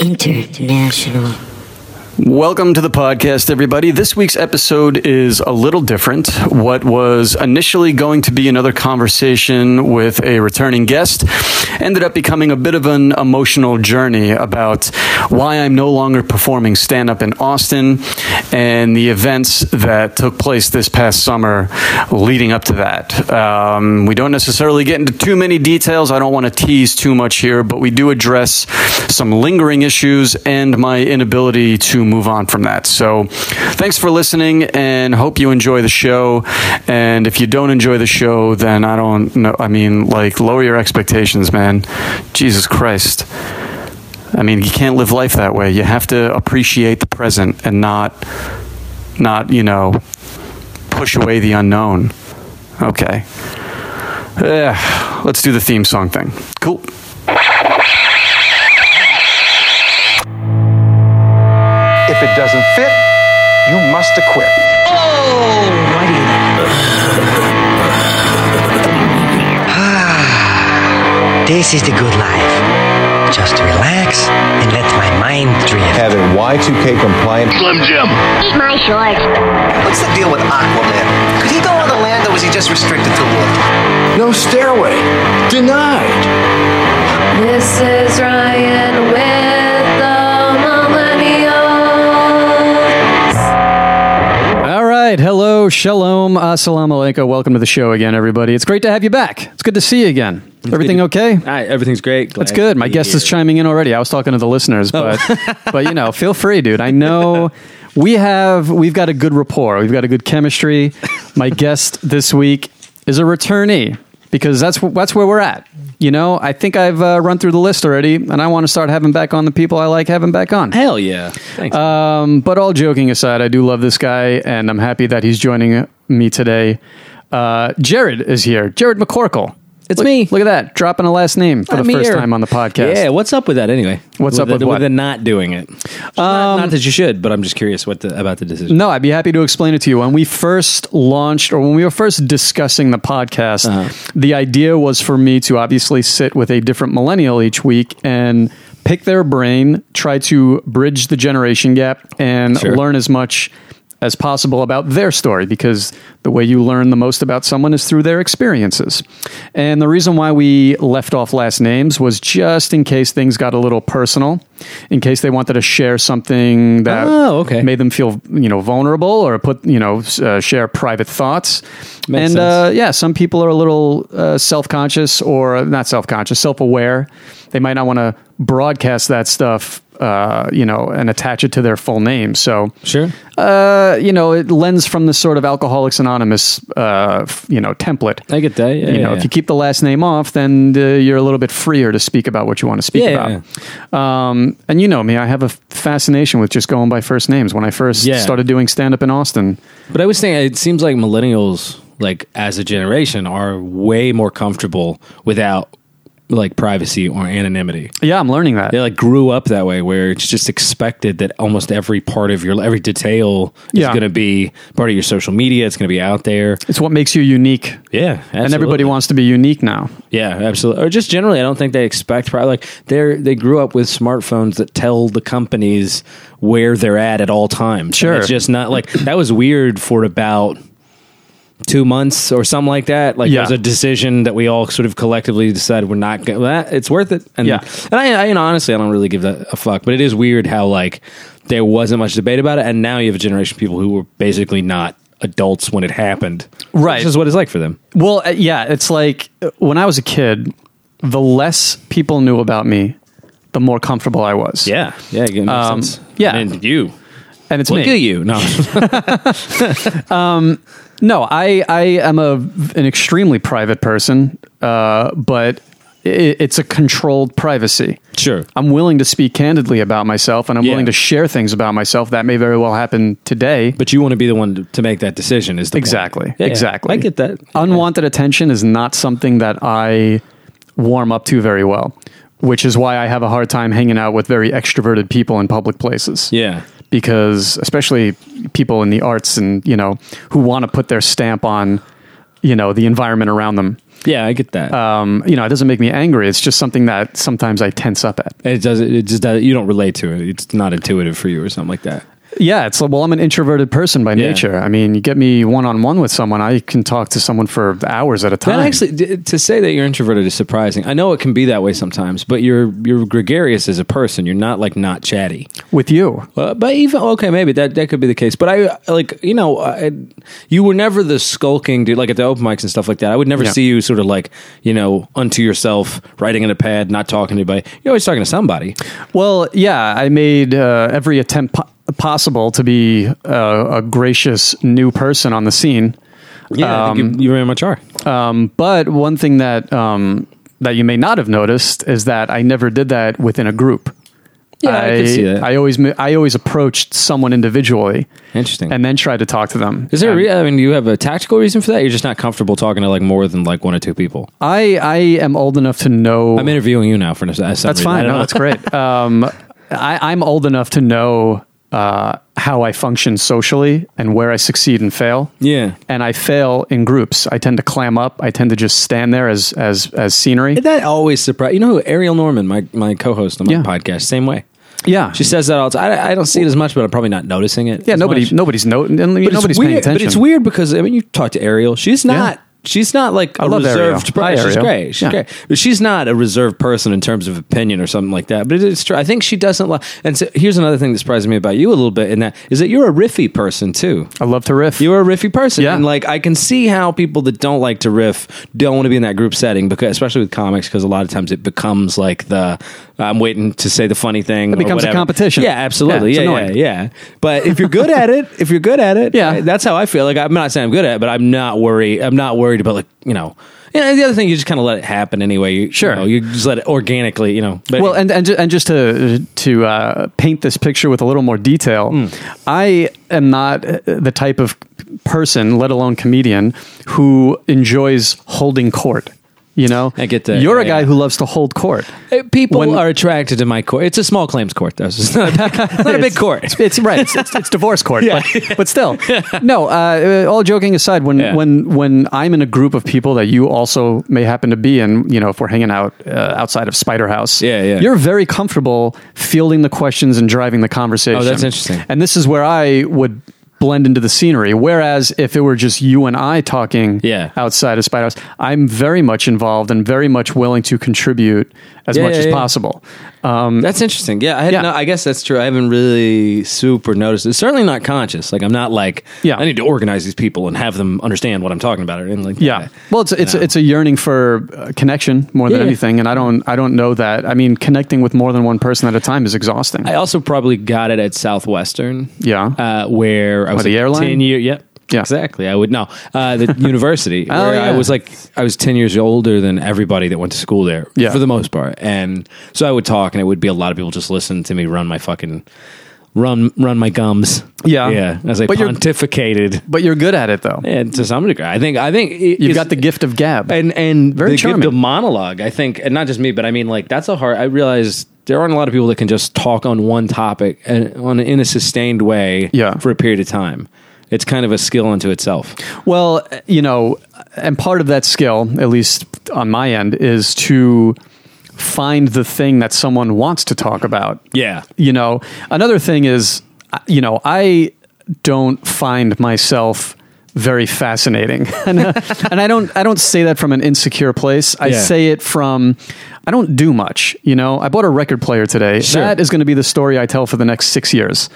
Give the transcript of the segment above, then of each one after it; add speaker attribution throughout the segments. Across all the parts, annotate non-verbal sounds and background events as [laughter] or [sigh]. Speaker 1: International.
Speaker 2: Welcome to the podcast, everybody. This week's episode is a little different. What was initially going to be another conversation with a returning guest ended up becoming a bit of an emotional journey about why I'm no longer performing stand up in Austin and the events that took place this past summer leading up to that. Um, we don't necessarily get into too many details. I don't want to tease too much here, but we do address some lingering issues and my inability to move on from that. So, thanks for listening and hope you enjoy the show. And if you don't enjoy the show, then I don't know. I mean, like, lower your expectations, man. Jesus Christ. I mean, you can't live life that way. You have to appreciate the present and not, not, you know, push away the unknown. Okay. Yeah, let's do the theme song thing. Cool.
Speaker 3: If it doesn't fit, you must acquit.
Speaker 4: This is the good life. Just relax and let my mind drift.
Speaker 5: having Y2K compliant
Speaker 6: Eat my shorts.
Speaker 7: What's the deal with Aquaman? Could he go on the land or was he just restricted to water?
Speaker 3: No stairway. Denied.
Speaker 8: This is Ryan with the Millennials.
Speaker 2: All right. Hello. Shalom. Assalamu alaikum. Welcome to the show again, everybody. It's great to have you back. It's good to see you again. Everything okay?
Speaker 9: All right, everything's great. Glad
Speaker 2: That's good.
Speaker 9: to
Speaker 2: My
Speaker 9: be
Speaker 2: guest is
Speaker 9: here. Oh.
Speaker 2: chiming in already. I was talking to the listeners, but
Speaker 9: [laughs]
Speaker 2: but you know, feel free, dude. I know we have we've got a good rapport. We've got a good chemistry.
Speaker 9: [laughs]
Speaker 2: My guest this week is a returnee because that's wh- that's where we're at. You know, I think I've uh, run through the list already, and I want to start having back on the people I like having back on.
Speaker 9: Hell yeah! Thanks.
Speaker 2: Um, but all joking aside, I do love this guy, and I'm happy that he's joining me today. Uh, Jared is here. Jared McCorkle.
Speaker 9: It's
Speaker 2: Look-
Speaker 9: me.
Speaker 2: Look at that, dropping a last name for
Speaker 9: Let
Speaker 2: the
Speaker 9: me
Speaker 2: first
Speaker 9: hear.
Speaker 2: time on the podcast.
Speaker 9: Yeah, what's up with that anyway?
Speaker 2: What's
Speaker 9: with
Speaker 2: up
Speaker 9: the,
Speaker 2: with what? Um,
Speaker 9: the not doing it? not, not that you should, but I'm just curious what the, about the decision.
Speaker 2: No, I'd be happy to explain it to you. When we first launched, or when we were first discussing the podcast,
Speaker 9: Uh-huh.
Speaker 2: the idea was for me to obviously sit with a different millennial each week and pick their brain, try to bridge the generation gap, and
Speaker 9: Sure.
Speaker 2: learn as much as possible about their story because the way you learn the most about someone is through their experiences. And the reason why we left off last names was just in case things got a little personal, in case they wanted to share something that
Speaker 9: Oh, okay.
Speaker 2: made them feel you know vulnerable or put you know s- uh, share private thoughts
Speaker 9: Makes
Speaker 2: and
Speaker 9: sense.
Speaker 2: Uh, yeah some people are a little uh, self-conscious or uh, not self-conscious self-aware they might not want to broadcast that stuff uh, you know and attach it to their full name so
Speaker 9: Sure.
Speaker 2: uh, you know it lends from the sort of alcoholics anonymous uh, f- you know template
Speaker 9: I get that. Yeah,
Speaker 2: you
Speaker 9: yeah,
Speaker 2: know,
Speaker 9: yeah.
Speaker 2: if you keep the last name off, then uh, you're a little bit freer to speak about what you want to speak
Speaker 9: Yeah,
Speaker 2: about.
Speaker 9: yeah,
Speaker 2: Um, and you know me, I have a fascination with just going by first names. When I first
Speaker 9: Yeah.
Speaker 2: started doing stand up in Austin,
Speaker 9: But I was saying, it seems like millennials, like as a generation, are way more comfortable without like privacy or anonymity.
Speaker 2: yeah, I'm learning that.
Speaker 9: They like grew up that way, where it's just expected that almost every part of your every detail
Speaker 2: Yeah.
Speaker 9: is going to be part of your social media. It's going to be out there.
Speaker 2: It's what makes you unique.
Speaker 9: Yeah,
Speaker 2: And everybody
Speaker 9: absolutely.
Speaker 2: wants to be unique now.
Speaker 9: Yeah, absolutely. Or just generally, I don't think they expect probably like they're they grew up with smartphones that tell the companies where they're at at all times. And
Speaker 2: Sure.
Speaker 9: it's just not like that was weird for about two months or something like that. Like
Speaker 2: Yeah.
Speaker 9: it was a decision that we all sort of collectively decided we're not going. Well, that- it's worth it. And
Speaker 2: Yeah.
Speaker 9: and I, I and honestly, I don't really give that a fuck. But it is weird how like there wasn't much debate about it, and now you have a generation of people who were basically not adults when it happened.
Speaker 2: Right.
Speaker 9: which is what it's like for them.
Speaker 2: Well, uh, yeah, it's like uh, when I was a kid, the less people knew about me, the more comfortable I was.
Speaker 9: Yeah, yeah, it makes
Speaker 2: Um,
Speaker 9: sense.
Speaker 2: yeah.
Speaker 9: and you
Speaker 2: And it's
Speaker 9: look
Speaker 2: me.
Speaker 9: at you. [laughs] No,
Speaker 2: No, I I am a an extremely private person, uh, but it, it's a controlled privacy.
Speaker 9: Sure.
Speaker 2: I'm willing to speak candidly about myself, and I'm
Speaker 9: Yeah.
Speaker 2: willing to share things about myself that may very well happen today.
Speaker 9: but you want to be the one to, to make that decision. Is the point.
Speaker 2: exactly,
Speaker 9: Yeah,
Speaker 2: exactly.
Speaker 9: I get that.
Speaker 2: Unwanted attention is not something that I warm up to very well, which is why I have a hard time hanging out with very extroverted people in public places.
Speaker 9: Yeah,
Speaker 2: because especially people in the arts and you know who want to put their stamp on you know the environment around them
Speaker 9: Yeah, I get that.
Speaker 2: Um, you know, it doesn't make me angry. It's just something that sometimes I tense up at.
Speaker 9: it does. It just does. You don't relate to it. It's not intuitive for you or something like that.
Speaker 2: Yeah, it's like, well, I'm an introverted person by
Speaker 9: Yeah.
Speaker 2: nature. I mean, you get me one on one with someone, I can talk to someone for hours at a time.
Speaker 9: That actually d- to say that you're introverted is surprising. I know it can be that way sometimes, but you're you're gregarious as a person. You're not like not chatty.
Speaker 2: with you.
Speaker 9: Uh, but even okay, maybe that that could be the case. But I like you know, I, you were never the skulking dude like at the open mics and stuff like that. I would never
Speaker 2: Yeah.
Speaker 9: see you sort of like you know unto yourself, writing in a pad, not talking to anybody. You're always talking to somebody.
Speaker 2: Well, yeah, I made uh, every attempt po- possible to be uh, a gracious new person on the scene.
Speaker 9: Yeah, I think you, you very much are.
Speaker 2: Um, but one thing that um, that you may not have noticed is that I never did that within a group.
Speaker 9: Yeah, I could see that.
Speaker 2: I always mi- I always approached someone individually
Speaker 9: Interesting.
Speaker 2: and then tried to talk to them.
Speaker 9: is there? A
Speaker 2: And
Speaker 9: re- I mean, do you have a tactical reason for that? You're just not comfortable talking to like more than like one or two people.
Speaker 2: I I am old enough to know.
Speaker 9: I'm interviewing you now for some reason.
Speaker 2: that's
Speaker 9: I
Speaker 2: fine.
Speaker 9: don't
Speaker 2: No,
Speaker 9: know.
Speaker 2: that's great. Um, I, I'm old enough to know uh, how I function socially and where I succeed and fail.
Speaker 9: Yeah.
Speaker 2: and I fail in groups. I tend to clam up. I tend to just stand there as as as scenery.
Speaker 9: [laughs] That always surprised. You know, Ariel Norman, my, my co-host on my
Speaker 2: Yeah.
Speaker 9: podcast, same way.
Speaker 2: Yeah,
Speaker 9: She says that all the time. I, I don't see it as much, but I'm probably not noticing it.
Speaker 2: Yeah,
Speaker 9: as
Speaker 2: nobody,
Speaker 9: much.
Speaker 2: nobody's no, and
Speaker 9: But it's
Speaker 2: nobody's
Speaker 9: weird,
Speaker 2: paying attention.
Speaker 9: But it's weird because I mean, you talk to Ariel. She's not.
Speaker 2: Yeah.
Speaker 9: She's not like a
Speaker 2: love
Speaker 9: reserved
Speaker 2: Ariel. Hi,
Speaker 9: person. She's
Speaker 2: Ariel.
Speaker 9: great. She's
Speaker 2: Yeah.
Speaker 9: great. But she's not a reserved person in terms of opinion or something like that. But it's true. I think she doesn't like. And so here's another thing that surprises me about you a little bit, and that is that you're a riffy person too.
Speaker 2: I love to riff.
Speaker 9: You're a riffy person.
Speaker 2: Yeah.
Speaker 9: And like I can see how people that don't like to riff don't want to be in that group setting because especially with comics because a lot of times it becomes like the I'm waiting to say the funny thing. It
Speaker 2: becomes a competition.
Speaker 9: Yeah, absolutely.
Speaker 2: Yeah,
Speaker 9: Yeah,
Speaker 2: it's
Speaker 9: yeah, yeah,
Speaker 2: annoying.
Speaker 9: But if you're good at it, [laughs] if you're good at it,
Speaker 2: Yeah.
Speaker 9: I- that's how I feel. Like I'm not saying I'm good at it, but I'm not worried. I'm not worried about like, you know, yeah, the other thing you just kind of let it happen anyway. You,
Speaker 2: Sure.
Speaker 9: you, know, you just let it organically, you know. But
Speaker 2: well, and and, ju- and just to to uh, paint this picture with a little more detail,
Speaker 9: Hmm.
Speaker 2: I am not uh, the type of person, let alone comedian, who enjoys holding court. You know,
Speaker 9: I get that,
Speaker 2: You're a
Speaker 9: yeah.
Speaker 2: guy who loves to hold court.
Speaker 9: Uh, people
Speaker 2: When-
Speaker 9: are attracted to my court. It's a small claims court, though. So it's not a big, [laughs] not a big court.
Speaker 2: It's, it's right. It's, it's, it's divorce
Speaker 9: [laughs]
Speaker 2: court, but, but still, no. Uh, uh, all joking aside, when
Speaker 9: Yeah.
Speaker 2: when when I'm in a group of people that you also may happen to be in, you know, if we're hanging out uh, outside of Spider House,
Speaker 9: Yeah, yeah.
Speaker 2: you're very comfortable fielding the questions and driving the conversation.
Speaker 9: Oh, that's interesting.
Speaker 2: And this is where I would blend into the scenery. Whereas if it were just you and I talking,
Speaker 9: Yeah.
Speaker 2: outside of Spider House, I'm very much involved and very much willing to contribute as
Speaker 9: Yeah,
Speaker 2: much
Speaker 9: yeah,
Speaker 2: as
Speaker 9: yeah.
Speaker 2: possible.
Speaker 9: That's interesting. Yeah, I, had
Speaker 2: Yeah.
Speaker 9: No, I guess that's true. I haven't really super noticed. It's certainly not conscious. Like I'm not like
Speaker 2: Yeah.
Speaker 9: I need to organize these people and have them understand what I'm talking about or anything like
Speaker 2: Yeah.
Speaker 9: that.
Speaker 2: Well, it's it's
Speaker 9: You know.
Speaker 2: it's a yearning for uh, connection more than
Speaker 9: Yeah.
Speaker 2: anything, and I don't I don't know that. I mean, connecting with more than one person at a time is exhausting.
Speaker 9: I also probably got it at Southwestern.
Speaker 2: Yeah.
Speaker 9: Uh, where I was
Speaker 2: the
Speaker 9: like
Speaker 2: airline?
Speaker 9: ten year. Yep.
Speaker 2: Yeah.
Speaker 9: Exactly. I would know
Speaker 2: [laughs]
Speaker 9: uh, the university.
Speaker 2: Oh,
Speaker 9: where I
Speaker 2: yeah.
Speaker 9: was like I was ten years older than everybody that went to school there.
Speaker 2: Yeah.
Speaker 9: For the most part, and so I would talk, and it would be a lot of people just listening to me run my fucking run run my gums.
Speaker 2: Yeah.
Speaker 9: Yeah. As I
Speaker 2: But you're-
Speaker 9: pontificated.
Speaker 2: but you're good at it though.
Speaker 9: Yeah, to some degree. I think I think it-
Speaker 2: You've
Speaker 9: it's-
Speaker 2: got the gift of gab.
Speaker 9: and and
Speaker 2: Very
Speaker 9: the gift
Speaker 2: charming.
Speaker 9: of monologue. I think, and not just me, but I mean, like that's a hard. I realize there aren't a lot of people that can just talk on one topic and on in a sustained way
Speaker 2: Yeah.
Speaker 9: for a period of time. It's kind of a skill unto itself.
Speaker 2: well, you know, and part of that skill, at least on my end, is to find the thing that someone wants to talk about.
Speaker 9: Yeah.
Speaker 2: You know, another thing is, uh, you know, I don't find myself very fascinating, [laughs] and, uh, and I don't. I don't say that from an insecure place. I
Speaker 9: Yeah.
Speaker 2: say it from I don't do much. You know, I bought a record player today.
Speaker 9: Sure.
Speaker 2: That is going to be the story I tell for the next six years.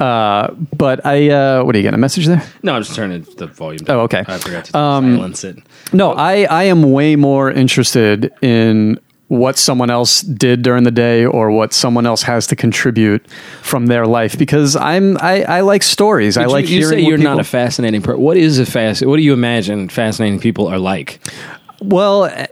Speaker 2: Uh, but I, uh, what are you getting a message there?
Speaker 9: No, I'm just turning the volume. Down.
Speaker 2: Oh, okay.
Speaker 9: I forgot to silence it.
Speaker 2: No, I, I am way more interested in what someone else did during the day or what someone else has to contribute from their life because I'm I, I like stories. I
Speaker 9: But
Speaker 2: like
Speaker 9: you, you
Speaker 2: hearing
Speaker 9: say
Speaker 2: what
Speaker 9: you're not
Speaker 2: people-
Speaker 9: a fascinating person. What is a fast? What do you imagine fascinating people are like?
Speaker 2: well, uh,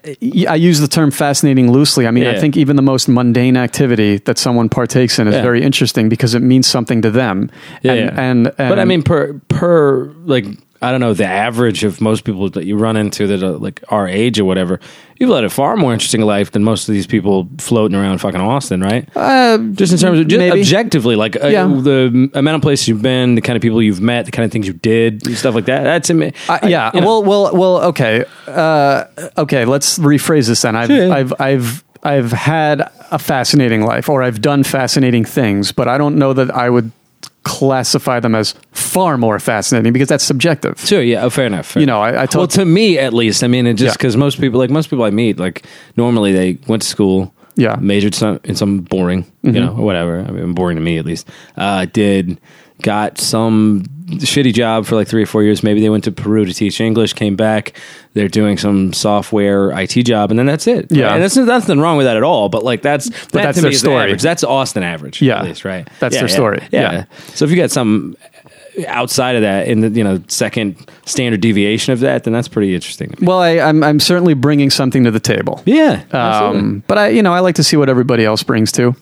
Speaker 2: I use the term fascinating loosely. I mean, I
Speaker 9: Yeah.
Speaker 2: think even the most mundane activity that someone partakes in is
Speaker 9: Yeah.
Speaker 2: very interesting because it means something to them.
Speaker 9: yeah,
Speaker 2: and,
Speaker 9: yeah.
Speaker 2: and, and
Speaker 9: but I mean per per like I don't know the average of most people that you run into that are like our age or whatever. You've led a far more interesting life than most of these people floating around fucking Austin, right? just in terms of just
Speaker 2: Uh, maybe.
Speaker 9: objectively, like uh,
Speaker 2: Yeah.
Speaker 9: the amount of places you've been, the kind of people you've met, the kind of things you did, and stuff like that. That's ama-
Speaker 2: Uh,
Speaker 9: I-
Speaker 2: yeah.
Speaker 9: you know.
Speaker 2: Well, well, well. Okay. Uh, okay. Let's rephrase this. Then I've,
Speaker 9: Sure.
Speaker 2: I've, I've, I've had a fascinating life, or I've done fascinating things, but I don't know that I would classify them as far more fascinating because that's subjective.
Speaker 9: Sure. Yeah. Oh, fair enough. fair
Speaker 2: You
Speaker 9: enough.
Speaker 2: know, I- I told-
Speaker 9: well, to me at least, I mean, it just
Speaker 2: Yeah.
Speaker 9: because most people, like most people I meet, like normally they went to school,
Speaker 2: Yeah. Mm-hmm.
Speaker 9: majored some, in some boring, you know, or whatever. I mean, boring to me at least. Uh, did got some shitty job for like three or four years. Maybe they went to Peru to teach English, came back. They're doing some software IT job, and then that's it.
Speaker 2: Yeah.
Speaker 9: and that's that's nothing wrong with that at all. But like that's that
Speaker 2: that's
Speaker 9: to
Speaker 2: their
Speaker 9: me is the
Speaker 2: story.
Speaker 9: average. That's Austin average.
Speaker 2: Yeah.
Speaker 9: at least right.
Speaker 2: That's
Speaker 9: Yeah,
Speaker 2: their
Speaker 9: yeah.
Speaker 2: story.
Speaker 9: Yeah.
Speaker 2: Yeah.
Speaker 9: So if you got some outside of that in the you know second standard deviation of that, then that's pretty interesting. To me.
Speaker 2: Well, I, I'm, I'm certainly bringing something to the table.
Speaker 9: Yeah,
Speaker 2: Um, but I, you know, I like to see what everybody else brings to.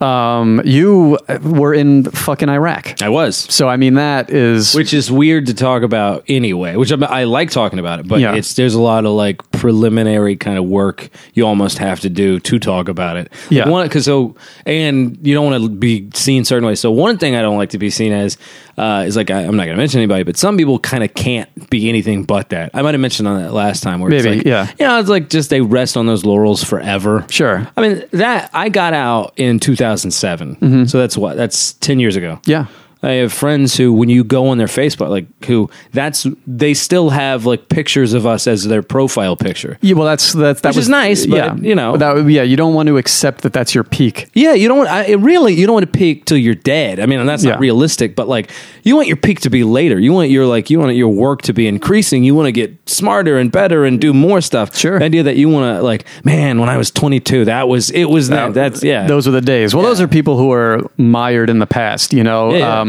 Speaker 2: Um, you were in fucking Iraq,
Speaker 9: I was,
Speaker 2: so I mean that is
Speaker 9: which is weird to talk about anyway. Which I'm, I like talking about it, but
Speaker 2: Yeah.
Speaker 9: it's there's a lot of like preliminary kind of work you almost have to do to talk about it. Like,
Speaker 2: Yeah.
Speaker 9: one because so and you don't want to be seen certain ways. So one thing I don't like to be seen as uh, is like I, I'm not going to mention anybody, but some people kind of can't be anything but that. I might have mentioned on that last time where
Speaker 2: Maybe,
Speaker 9: it's like,
Speaker 2: yeah.
Speaker 9: you know, it's like just they rest on those laurels forever.
Speaker 2: Sure.
Speaker 9: I mean that I got out in 2007, so that's what that's 10 years ago.
Speaker 2: Yeah.
Speaker 9: I have friends who, when you go on their Facebook, like who that's they still have like pictures of us as their profile picture.
Speaker 2: Yeah, well, that's that's that
Speaker 9: Which
Speaker 2: was,
Speaker 9: is nice, but, you know.
Speaker 2: that would- yeah, you don't want to accept that that's your peak.
Speaker 9: Yeah, you don't. want- I, it really, you don't want to peak till you're dead. I mean, and that's
Speaker 2: Yeah.
Speaker 9: not realistic. But like, you want your peak to be later. You want your like, you want your work to be increasing. You want to get smarter and better and do more stuff.
Speaker 2: Sure.
Speaker 9: The idea that you want to like, man, when I was 22, that was it was that. that's yeah.
Speaker 2: Those are the days. Well, those are people who are mired in the past. You know,
Speaker 9: Yeah, yeah.
Speaker 2: Um,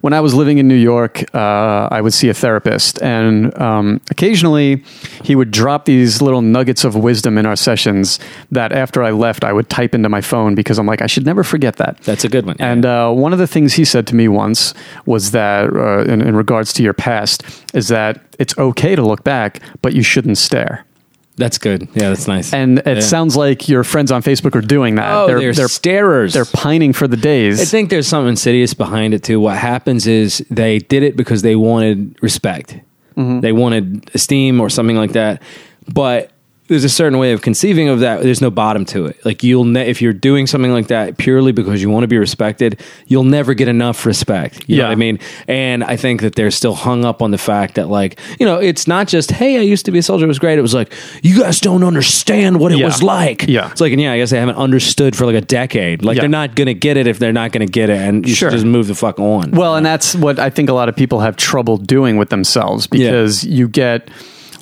Speaker 2: when I was living in New York, uh, I would see a therapist, and um, occasionally he would drop these little nuggets of wisdom in our sessions that after I left, I would type into my phone because I'm like, I should never forget that.
Speaker 9: That's a good one.
Speaker 2: And uh, one of the things he said to me once was that, uh, in, in regards to your past, is that it's okay to look back, but you shouldn't stare.
Speaker 9: that's good. Yeah, that's nice.
Speaker 2: And it
Speaker 9: Yeah.
Speaker 2: sounds like your friends on Facebook are doing that.
Speaker 9: Oh, they're starers.
Speaker 2: They're pining for the days.
Speaker 9: I think there's some insidious behind it too. What happens is they did it because they wanted respect,
Speaker 2: Mm-hmm.
Speaker 9: they wanted esteem or something like that. But there's a certain way of conceiving of that. There's no bottom to it. Like you'll ne- if you're doing something like that purely because you want to be respected, you'll never get enough respect. You know
Speaker 2: Yeah.
Speaker 9: what I mean? And I think that they're still hung up on the fact that like you know it's not just hey I used to be a soldier it was great. It was like you guys don't understand what it
Speaker 2: Yeah.
Speaker 9: was like.
Speaker 2: Yeah.
Speaker 9: it's like and yeah I guess they haven't understood for like a decade. Like
Speaker 2: Yeah.
Speaker 9: they're not gonna get it if they're not gonna get it, and you
Speaker 2: Sure.
Speaker 9: should just move the fuck on.
Speaker 2: well, and that's what I think a lot of people have trouble doing with themselves because you get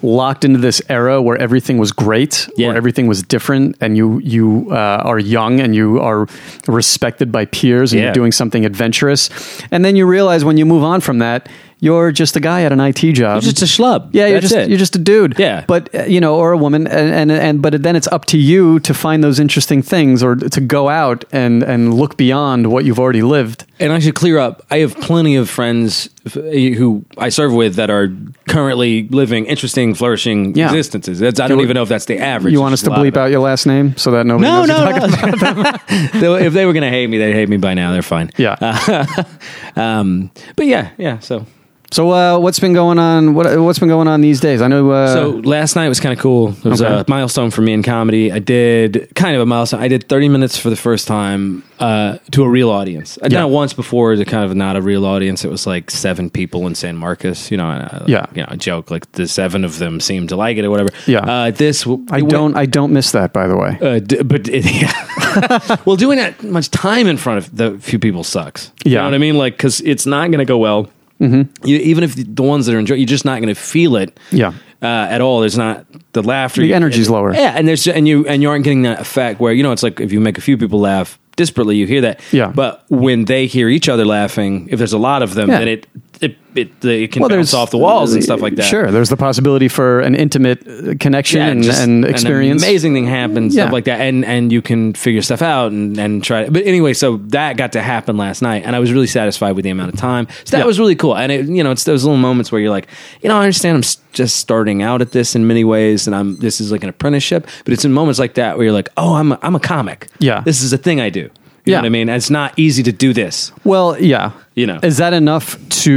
Speaker 2: locked into this era where everything was great
Speaker 9: Yeah.
Speaker 2: where everything was different and you you uh, are young and you are respected by peers and
Speaker 9: Yeah.
Speaker 2: you're doing something adventurous and then you realize when you move on from that you're just a guy at an IT job
Speaker 9: Um, You're just a schlub.
Speaker 2: Yeah, you're
Speaker 9: That's
Speaker 2: just
Speaker 9: it.
Speaker 2: you're just a dude.
Speaker 9: Yeah.
Speaker 2: but uh, you know, or a woman, and, and and but then it's up to you to find those interesting things, or to go out and and look beyond what you've already lived.
Speaker 9: and I should clear up. I have plenty of friends f- who I serve with that are currently living interesting, flourishing
Speaker 2: Yeah.
Speaker 9: existences. That's, I don't even know if that's the average.
Speaker 2: You want us
Speaker 9: There's
Speaker 2: to
Speaker 9: a lot
Speaker 2: bleep
Speaker 9: of it.
Speaker 2: out your last name so that nobody
Speaker 9: No,
Speaker 2: knows
Speaker 9: no,
Speaker 2: you're talking-
Speaker 9: no. Though if [laughs] they were gonna hate me, they'd hate me by now. They're fine.
Speaker 2: Yeah.
Speaker 9: [laughs] Um. But yeah, yeah. So
Speaker 2: so uh, what's been going on? What what's been going on these days? I know. Uh,
Speaker 9: So last night was kind of cool. It was
Speaker 2: Okay.
Speaker 9: a milestone for me in comedy. I did kind of a milestone. I did 30 minutes for the first time uh, to a real audience. I'd
Speaker 2: Yeah.
Speaker 9: done it once before to kind of not a real audience. It was like seven people in San Marcos. You know, and I, like,
Speaker 2: Yeah.
Speaker 9: You know, I joke like the seven of them seemed to like it or whatever.
Speaker 2: Yeah.
Speaker 9: Uh, this w-
Speaker 2: I
Speaker 9: it went-
Speaker 2: don't I don't miss that by the way.
Speaker 9: Uh, d- but it, [laughs]
Speaker 2: [laughs]
Speaker 9: yeah. well, doing that much time in front of the few people sucks. you
Speaker 2: Yeah.
Speaker 9: know what I mean. Like, because it's not going to go well. Mm-hmm. You, even if the ones that are enjoying, you're just not going to feel it.
Speaker 2: Yeah.
Speaker 9: uh, at all. There's not the laughter.
Speaker 2: The energy's
Speaker 9: and-
Speaker 2: lower.
Speaker 9: Yeah, and there's and you and you aren't getting that effect where you know it's like if you make a few people laugh disparately, you hear that.
Speaker 2: Yeah.
Speaker 9: but when they hear each other laughing, if there's a lot of them,
Speaker 2: Yeah.
Speaker 9: then it it it, it can bounce
Speaker 2: there's-
Speaker 9: off the walls and stuff like that.
Speaker 2: Sure, there's the possibility for an intimate uh, connection
Speaker 9: Yeah,
Speaker 2: and,
Speaker 9: just
Speaker 2: and
Speaker 9: an
Speaker 2: experience.
Speaker 9: amazing thing happens,
Speaker 2: Yeah.
Speaker 9: stuff like that, and and you can figure stuff out and and try. But anyway, so that got to happen last night, and I was really satisfied with the amount of time. So that
Speaker 2: Yeah.
Speaker 9: was really cool, and it you know it's those little moments where you're like, you know, I understand I'm s- just starting out at this in many ways, and I'm this is like an apprenticeship, but it's in moments like that where you're like, oh, I'm a, I'm a comic.
Speaker 2: Yeah.
Speaker 9: this is a thing I do. You
Speaker 2: Yeah.
Speaker 9: know what I mean, And it's not easy to do this.
Speaker 2: Well, yeah.
Speaker 9: You know.
Speaker 2: is that enough to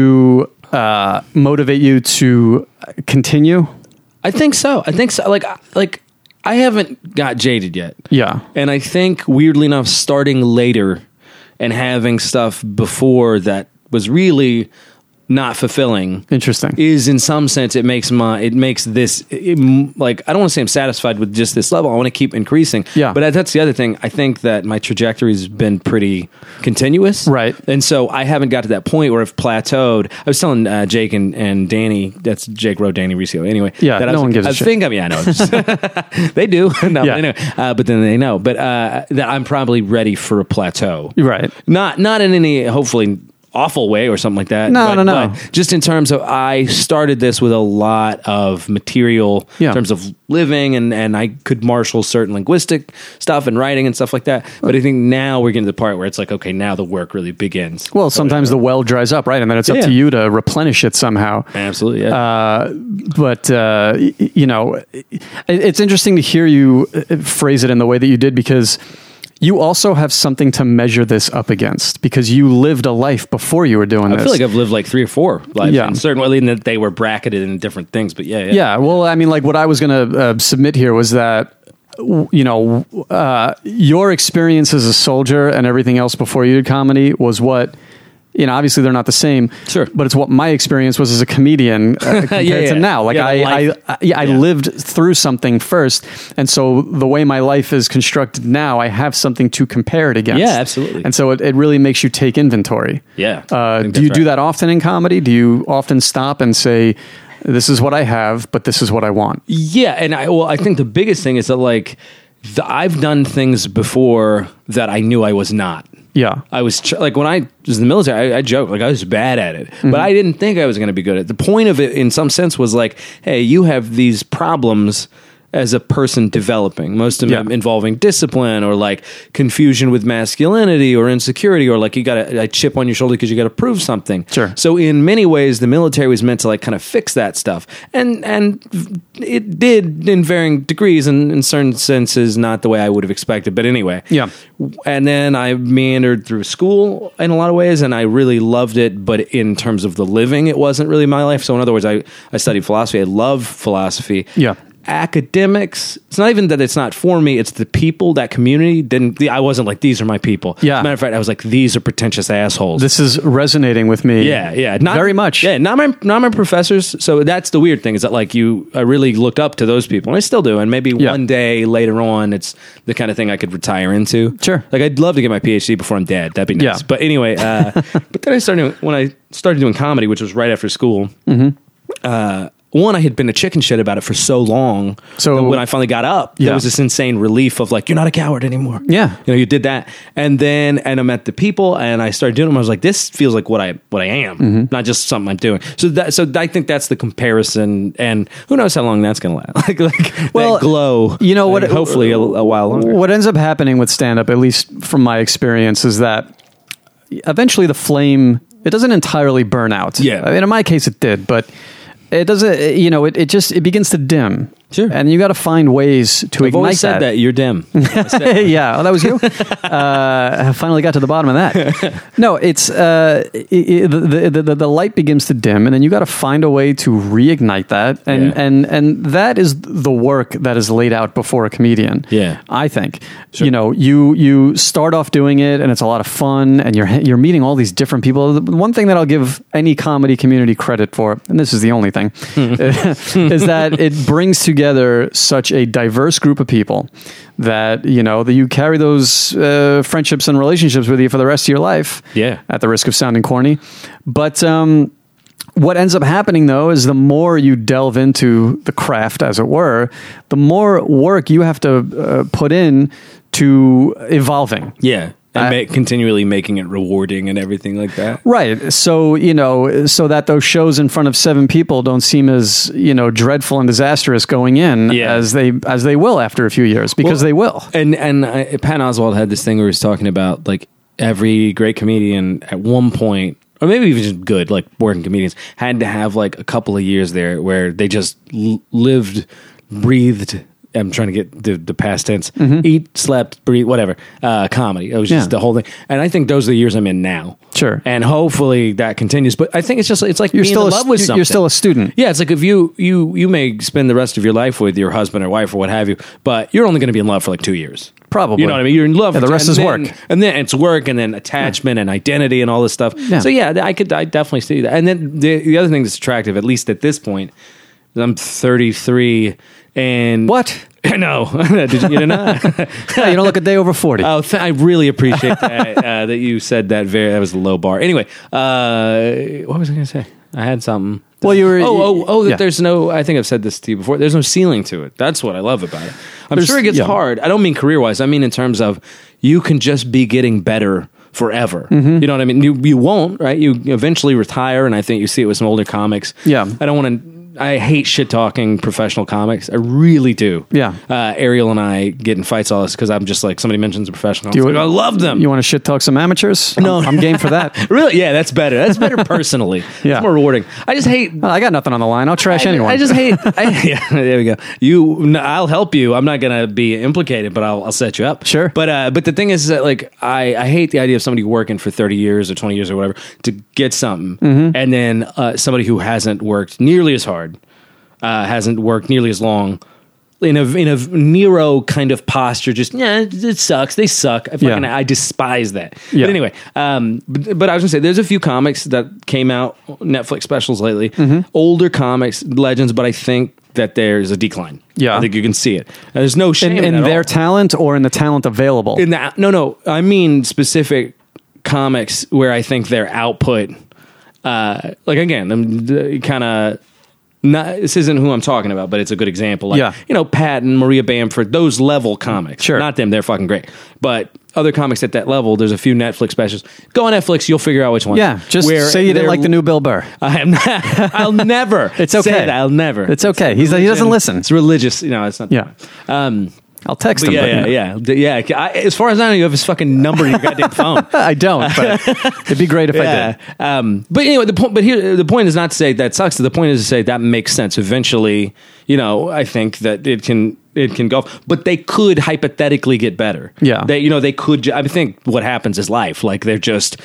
Speaker 2: uh, motivate you to continue?
Speaker 9: I think so. I think so. Like I- like I haven't got jaded yet.
Speaker 2: Yeah.
Speaker 9: And I think weirdly enough starting later and having stuff before that was really not fulfilling
Speaker 2: Interesting.
Speaker 9: is in some sense it makes my it makes this it- like I don't want to say I'm satisfied with just this level I want to keep increasing
Speaker 2: Yeah.
Speaker 9: but that's the other thing I think that my trajectory's been pretty continuous
Speaker 2: Right.
Speaker 9: and so I haven't got to that point where I've plateaued I was telling uh, Jake and, and Danny that's Jake Rowe Danny Riccio anyway
Speaker 2: Yeah,
Speaker 9: that I
Speaker 2: no
Speaker 9: was
Speaker 2: one
Speaker 9: like,
Speaker 2: gives a
Speaker 9: I
Speaker 2: shit.
Speaker 9: think I mean I know
Speaker 2: [laughs]
Speaker 9: [laughs] they do no
Speaker 2: Yeah.
Speaker 9: but anyway uh, but then they know but uh, that I'm probably ready for a plateau
Speaker 2: Right.
Speaker 9: not not in any hopefully awful way or something like that.
Speaker 2: No,
Speaker 9: but,
Speaker 2: no, no.
Speaker 9: but just in terms of I started this with a lot of material
Speaker 2: Yeah.
Speaker 9: in terms of living and and I could marshal certain linguistic stuff and writing and stuff like that. But I think now we're getting to the part where it's like okay, now the work really begins.
Speaker 2: Well, sometimes the well dries up, right? And then it's up
Speaker 9: Yeah.
Speaker 2: to you to replenish it somehow.
Speaker 9: Absolutely. Yeah.
Speaker 2: but uh, y- y- you know, it- it's interesting to hear you uh, phrase it in the way that you did because you also have something to measure this up against because you lived a life before you were doing
Speaker 9: I
Speaker 2: this.
Speaker 9: feel like I've lived like three or four lives
Speaker 2: Yeah.
Speaker 9: in certain way, and that they were bracketed in different things. But yeah, yeah.
Speaker 2: yeah. Well, I mean, like what I was going to uh, submit here was that w- you know uh, your experience as a soldier and everything else before you did comedy was what. You know, obviously they're not the same,
Speaker 9: Sure.
Speaker 2: But it's what my experience was as a comedian
Speaker 9: [laughs]
Speaker 2: uh, compared
Speaker 9: yeah.
Speaker 2: to now. Like
Speaker 9: Yeah, the
Speaker 2: I, I,
Speaker 9: life.
Speaker 2: I, yeah, I
Speaker 9: Yeah.
Speaker 2: lived through something first, and so the way my life is constructed now, I have something to compare it against.
Speaker 9: Yeah, absolutely.
Speaker 2: And so it, it really makes you take inventory.
Speaker 9: Yeah, I
Speaker 2: Uh,
Speaker 9: think
Speaker 2: do you
Speaker 9: that's
Speaker 2: do
Speaker 9: right.
Speaker 2: that often in comedy? Do you often stop and say, "This is what I have, but this is what I want"?
Speaker 9: Yeah, and I well, I think the biggest thing is that like the, I've done things before that I knew I was not.
Speaker 2: Yeah.
Speaker 9: I was ch- like when I was in the military, I, I joke like I was bad at it, but
Speaker 2: Mm-hmm.
Speaker 9: I didn't think I was going to be good at it. The point of it, in some sense, was like, hey, you have these problems as a person developing, most of them
Speaker 2: Yeah.
Speaker 9: involving discipline or like confusion with masculinity or insecurity or like you got a, a chip on your shoulder because you got to prove something.
Speaker 2: Sure.
Speaker 9: So in many ways, the military was meant to like kind of fix that stuff, and and it did in varying degrees and in certain senses, not the way I would have expected. But anyway,
Speaker 2: Yeah.
Speaker 9: and then I meandered through school in a lot of ways, and I really loved it. But in terms of the living, it wasn't really my life. So, in other words, I, I studied philosophy. I love philosophy.
Speaker 2: Yeah.
Speaker 9: Academics. It's not even that it's not for me. It's the people, that community. Didn't the, I wasn't like these are my people.
Speaker 2: Yeah.
Speaker 9: Matter of fact, I was like these are pretentious assholes.
Speaker 2: This is resonating with me.
Speaker 9: Yeah, yeah,
Speaker 2: very much.
Speaker 9: Yeah, not my not my professors. So that's the weird thing is that like you, I really looked up to those people, and I still do. And maybe
Speaker 2: Yeah.
Speaker 9: one day later on, it's the kind of thing I could retire into.
Speaker 2: Sure.
Speaker 9: like I'd love to get my PhD before I'm dead. That'd be nice.
Speaker 2: Yeah.
Speaker 9: But
Speaker 2: [laughs]
Speaker 9: anyway, uh, but then I started when I started doing comedy, which was right after school. Mm-hmm. Uh, one, I had been a chicken shit about it for so long.
Speaker 2: So-
Speaker 9: that when I finally got up,
Speaker 2: Yeah.
Speaker 9: there was this insane relief of like, you're not a coward anymore.
Speaker 2: Yeah.
Speaker 9: You know, you did that. And then, and I met the people and I started doing them. I was like, this feels like what I, what I am,
Speaker 2: Mm-hmm.
Speaker 9: not just something I'm doing. So that, so I think that's the comparison and who knows how long that's going to last. [laughs] like, like
Speaker 2: Well,
Speaker 9: that glow,
Speaker 2: you know
Speaker 9: I
Speaker 2: what-
Speaker 9: think hopefully a, a while longer.
Speaker 2: What ends up happening with stand up, at least from my experience, is that eventually the flame it doesn't entirely burn out.
Speaker 9: Yeah.
Speaker 2: I mean, in my case, it did, but it doesn't. You know, it, it just it begins to dim.
Speaker 9: Sure.
Speaker 2: And you got to find ways to
Speaker 9: I've
Speaker 2: ignite
Speaker 9: always said that. you're dim.
Speaker 2: [laughs] yeah, oh, that was
Speaker 9: [laughs]
Speaker 2: you. uh, I finally got to the bottom of that.
Speaker 9: [laughs]
Speaker 2: No, it's uh, i i the, the, the the light begins to dim, and then you got to find a way to reignite that, and
Speaker 9: Yeah.
Speaker 2: and and that is the work that is laid out before a comedian.
Speaker 9: Yeah.
Speaker 2: I think you know you you start off doing it, and it's a lot of fun, and you're you're meeting all these different people. The One thing that I'll give any comedy community credit for, and this is the only thing,
Speaker 9: Hmm.
Speaker 2: [laughs] is that it brings together such a diverse group of people that you know that you carry those uh, friendships and relationships with you for the rest of your life.
Speaker 9: Yeah.
Speaker 2: at the risk of sounding corny, but. um what ends up happening though is the more you delve into the craft as it were the more work you have to uh, put in to evolving
Speaker 9: yeah. and ma- continually making it rewarding and everything like that.
Speaker 2: Right. So, you know, so that those shows in front of seven people don't seem as, you know, dreadful and disastrous going in
Speaker 9: Yeah.
Speaker 2: as they as they will after a few years because
Speaker 9: Well-
Speaker 2: they will.
Speaker 9: And and I, Pat Oswald had this thing where he was talking about like every great comedian at one point, or maybe even just good like working comedians had to have like a couple of years there where they just l- lived, breathed. I'm trying to get the, the past tense. Eat, slept, breathe, whatever. Uh, comedy. It was just
Speaker 2: Mm-hmm. Yeah.
Speaker 9: the whole thing. And I think those are the years I'm in now.
Speaker 2: Sure.
Speaker 9: And hopefully that continues. But I think it's just it's like
Speaker 2: You're
Speaker 9: being
Speaker 2: still
Speaker 9: in
Speaker 2: a
Speaker 9: love
Speaker 2: st-
Speaker 9: with
Speaker 2: you're
Speaker 9: something.
Speaker 2: still a student.
Speaker 9: Yeah, it's like if you you you may spend the rest of your life with your husband or wife or what have you, but you're only going to be in love for like two years.
Speaker 2: Probably.
Speaker 9: You know what I mean? You're in love.
Speaker 2: Yeah, the
Speaker 9: for-
Speaker 2: rest
Speaker 9: and
Speaker 2: is
Speaker 9: then- [laughs]
Speaker 2: work.
Speaker 9: and then it's work, and then attachment and identity and all this stuff.
Speaker 2: Yeah.
Speaker 9: So yeah, I could I definitely see that. And then the the other thing that's attractive, at least at this point, is I'm 33 and
Speaker 2: What?
Speaker 9: [laughs] I know. Did you, you did not?
Speaker 2: Yeah, you don't look a day over 40.
Speaker 9: Oh, th- I really appreciate that uh, that you said that. Very, that was a low bar. Anyway, uh, what was I going to say? I had something.
Speaker 2: Well, you were-
Speaker 9: Oh, oh, oh! That
Speaker 2: yeah.
Speaker 9: there's no. I think I've said this to you before. There's no ceiling to it. That's what I love about it. I'm
Speaker 2: There's-
Speaker 9: sure it gets
Speaker 2: yeah.
Speaker 9: hard. I don't mean career wise. I mean in terms of you can just be getting better forever.
Speaker 2: Mm-hmm.
Speaker 9: You know what I mean? You you won't right. You eventually retire, and I think you see it with some older comics.
Speaker 2: Yeah.
Speaker 9: I don't want to. I hate shit talking professional comics. I really do.
Speaker 2: Yeah.
Speaker 9: Uh, Ariel and I get in fights all this because I'm just like somebody mentions a professional.
Speaker 2: you-
Speaker 9: it's like, I love them.
Speaker 2: You want to shit talk some amateurs? No. I'm, I'm game for that.
Speaker 9: really? Yeah, that's better. That's
Speaker 2: [laughs]
Speaker 9: better personally.
Speaker 2: Yeah.
Speaker 9: It's more rewarding. [laughs] I just hate.
Speaker 2: Well, I got nothing on the line. I'll trash
Speaker 9: I,
Speaker 2: anyone.
Speaker 9: I just [laughs] hate. I, yeah, there we go. You, no, I'll help you. I'm not gonna be implicated, but I'll, I'll set you up.
Speaker 2: Sure.
Speaker 9: But uh, but the thing is that like I, I hate the idea of somebody working for 30 years or 20 years or whatever to get something, and then uh, somebody who hasn't worked nearly as hard, uh, hasn't worked nearly as long. In a in a Nero kind of posture, just yeah, it sucks. They suck. I fucking
Speaker 2: Yeah.
Speaker 9: I despise that.
Speaker 2: Yeah.
Speaker 9: But anyway, um, but, but I was gonna say there's a few comics that came out Netflix specials lately, older comics, legends, but I think that there's a decline.
Speaker 2: Yeah.
Speaker 9: I think you can see it. And there's no shame
Speaker 2: in,
Speaker 9: in,
Speaker 2: in
Speaker 9: their
Speaker 2: their talent or in the talent available.
Speaker 9: in the no no. I mean specific comics where I think their output, uh, like again, I'm kind of. Not, this isn't who I'm talking about, but it's a good example. Like,
Speaker 2: Yeah.
Speaker 9: you know, Patton, Maria Bamford, those level comics.
Speaker 2: Sure.
Speaker 9: Not them; they're fucking great. But other comics at that level, there's a few Netflix specials. Go on Netflix, you'll figure out which one.
Speaker 2: yeah, just
Speaker 9: Where
Speaker 2: say you didn't
Speaker 9: they're-
Speaker 2: like the new Bill Burr.
Speaker 9: I am not. [laughs] I'll never.
Speaker 2: [laughs] It's
Speaker 9: say
Speaker 2: okay.
Speaker 9: that. I'll never.
Speaker 2: It's okay. He's- he doesn't listen.
Speaker 9: It's religious. No, it's not.
Speaker 2: Yeah.
Speaker 9: Um,
Speaker 2: I'll text
Speaker 9: but
Speaker 2: him.
Speaker 9: yeah,
Speaker 2: but, you
Speaker 9: yeah,
Speaker 2: know.
Speaker 9: yeah, D- yeah. I, as far as I know, you have his fucking number in
Speaker 2: [laughs]
Speaker 9: your goddamn phone.
Speaker 2: I don't, [laughs] but it'd be great if I did.
Speaker 9: Um, but anyway, the point. But here, the point is not to say that sucks. The point is to say that makes sense. Eventually, you know, I think that it can it can go. But they could hypothetically get better.
Speaker 2: Yeah.
Speaker 9: They, you know, they could. ju- I think what happens is life. Like they're just.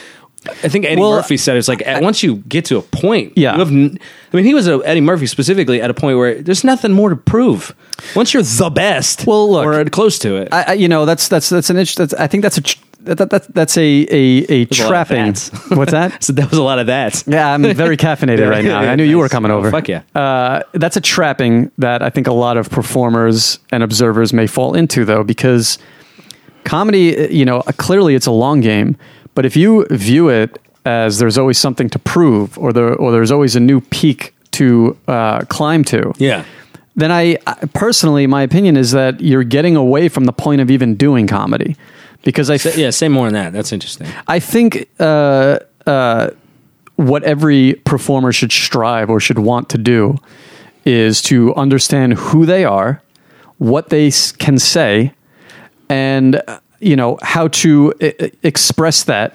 Speaker 9: I think Eddie
Speaker 2: Well,
Speaker 9: Murphy said it's like at, once you get to a point.
Speaker 2: Yeah.
Speaker 9: You have. n- I mean, he was a, Eddie Murphy specifically at a point where there's nothing more to prove. Once you're the best,
Speaker 2: Well, look,
Speaker 9: or close to it.
Speaker 2: I, I, you know, that's that's that's an itch. That's I think that's a tr- that, that, that that's a a, a
Speaker 9: a lot of
Speaker 2: trapping. [laughs]
Speaker 9: that's.
Speaker 2: What's that?
Speaker 9: [laughs] so that was a lot of that.
Speaker 2: Yeah, I'm
Speaker 9: [laughs]
Speaker 2: very caffeinated right now. I knew you were coming
Speaker 9: Oh,
Speaker 2: over.
Speaker 9: fuck yeah.
Speaker 2: Uh, that's a trapping that I think a lot of performers and observers may fall into, though, because comedy, you know, clearly it's a long game. But if you view it as there's always something to prove, or there, or there's always a new peak to uh, climb to,
Speaker 9: Yeah.
Speaker 2: then I I- personally, my opinion is that you're getting away from the point of even doing comedy, because I
Speaker 9: Th- yeah, say more on that. That's interesting.
Speaker 2: I think uh, uh, what every performer should strive or should want to do is to understand who they are, what they s- can say, and uh, you know how to I- I- express that.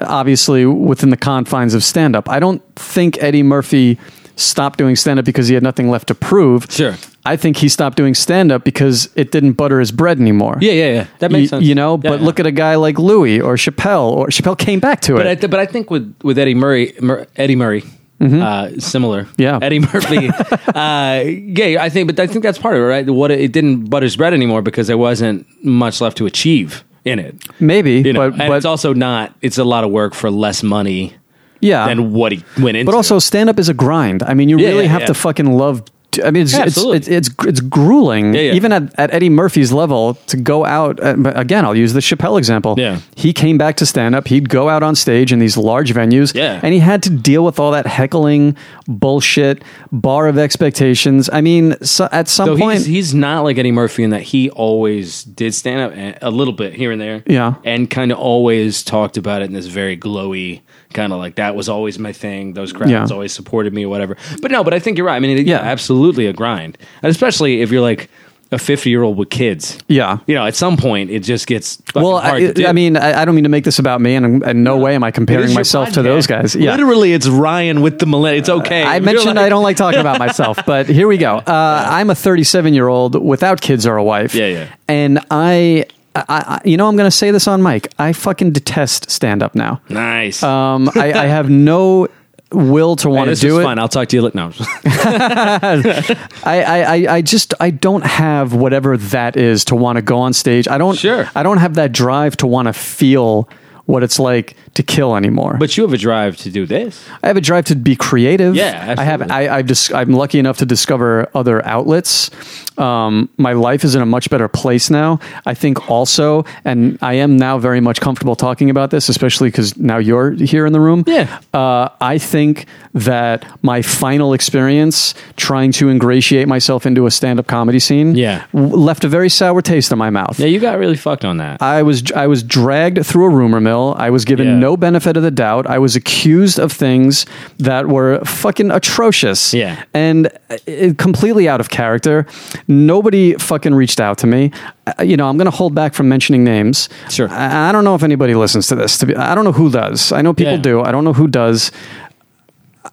Speaker 2: Obviously, within the confines of stand up, I don't think Eddie Murphy stopped doing stand up because he had nothing left to prove.
Speaker 9: Sure.
Speaker 2: I think he stopped doing stand up because it didn't butter his bread anymore.
Speaker 9: Yeah, yeah, yeah. That makes
Speaker 2: You-
Speaker 9: sense.
Speaker 2: You know,
Speaker 9: Yeah,
Speaker 2: but
Speaker 9: yeah.
Speaker 2: look at a guy like Louis or Chappelle, or Chappelle came back to
Speaker 9: But I,
Speaker 2: it.
Speaker 9: th- but I think with, with Eddie Murray, Mur- Eddie Murray, uh, similar.
Speaker 2: Yeah.
Speaker 9: Eddie Murphy. uh, yeah, I think, but I think that's part of it, right? What it, it didn't butter his bread anymore because there wasn't much left to achieve in it.
Speaker 2: Maybe,
Speaker 9: You know,
Speaker 2: Mm-hmm. but,
Speaker 9: and
Speaker 2: but
Speaker 9: it's also not. It's a lot of work for less money
Speaker 2: yeah. Ah.
Speaker 9: than what he went into.
Speaker 2: but also, stand up is a grind. I mean, you
Speaker 9: Yeah,
Speaker 2: really
Speaker 9: yeah,
Speaker 2: have
Speaker 9: yeah.
Speaker 2: to fucking love I mean, it's
Speaker 9: Yeah,
Speaker 2: it's,
Speaker 9: absolutely.
Speaker 2: it's it's it's grueling,
Speaker 9: Yeah, yeah.
Speaker 2: even at, at Eddie Murphy's level, to go out. uh, But again, I'll use the Chappelle example.
Speaker 9: Yeah.
Speaker 2: he came back to stand up. He'd go out on stage in these large venues.
Speaker 9: Yeah.
Speaker 2: and he had to deal with all that heckling, bullshit, bar of expectations. I mean, so at some
Speaker 9: Though
Speaker 2: point,
Speaker 9: he's, he's not like Eddie Murphy in that he always did stand up and- a little bit here and there.
Speaker 2: Yeah.
Speaker 9: And kind of always talked about it in this very glowy kind of like that was always my thing. Those crowds
Speaker 2: Yeah.
Speaker 9: always supported me or whatever. But no, but I think you're right. I mean, it, yeah,
Speaker 2: Yeah.
Speaker 9: absolutely a grind. And especially if you're like a 50 year old with kids.
Speaker 2: yeah,
Speaker 9: You know, at some point it just gets fucking
Speaker 2: Well,
Speaker 9: hard
Speaker 2: I,
Speaker 9: to do.
Speaker 2: I mean, I, I don't mean to make this about me, and I'm- in no way am I
Speaker 9: It is
Speaker 2: comparing
Speaker 9: your
Speaker 2: myself to
Speaker 9: podcast.
Speaker 2: those guys. Yeah.
Speaker 9: Literally, it's Ryan with the millennial. It's okay.
Speaker 2: I
Speaker 9: You're
Speaker 2: mentioned
Speaker 9: like-
Speaker 2: I don't like talking about
Speaker 9: [laughs]
Speaker 2: myself, but here we go. Uh, I'm a 37 year old without kids or a wife.
Speaker 9: Yeah, yeah.
Speaker 2: And I, I, I you know, I'm going to say this on mic. I fucking detest stand up now.
Speaker 9: Nice.
Speaker 2: Um, I, I have no will to
Speaker 9: Hey,
Speaker 2: want
Speaker 9: this
Speaker 2: to do
Speaker 9: was
Speaker 2: it.
Speaker 9: fun. I'll talk to you later. No.
Speaker 2: I, I, I- I just I don't have whatever that is to want to go on stage. I don't
Speaker 9: Sure.
Speaker 2: I don't have that drive to want to feel what it's like to kill anymore.
Speaker 9: [laughs] But you have a drive to do this.
Speaker 2: I have a drive to be creative.
Speaker 9: Yeah,
Speaker 2: I have.
Speaker 9: absolutely.
Speaker 2: I, I've just. I'm lucky enough to discover other outlets. Um, my life is in a much better place now. I think also, and I am now very much comfortable talking about this, especially because now you're here in the room.
Speaker 9: Yeah.
Speaker 2: Uh, I think that my final experience trying to ingratiate myself into a stand-up comedy scene,
Speaker 9: Yeah.
Speaker 2: w- left a very sour taste in my mouth.
Speaker 9: Yeah, you got really fucked on that.
Speaker 2: I was I was dragged through a rumor mill. I was given
Speaker 9: Yeah.
Speaker 2: no benefit of the doubt. I was accused of things that were fucking atrocious.
Speaker 9: Yeah.
Speaker 2: and uh, completely out of character. Nobody fucking reached out to me. Uh, You know, I'm going to hold back from mentioning names.
Speaker 9: Sure.
Speaker 2: I, I don't know if anybody listens to this. To be, I don't know who does. I know people
Speaker 9: Yeah.
Speaker 2: do. I don't know who does.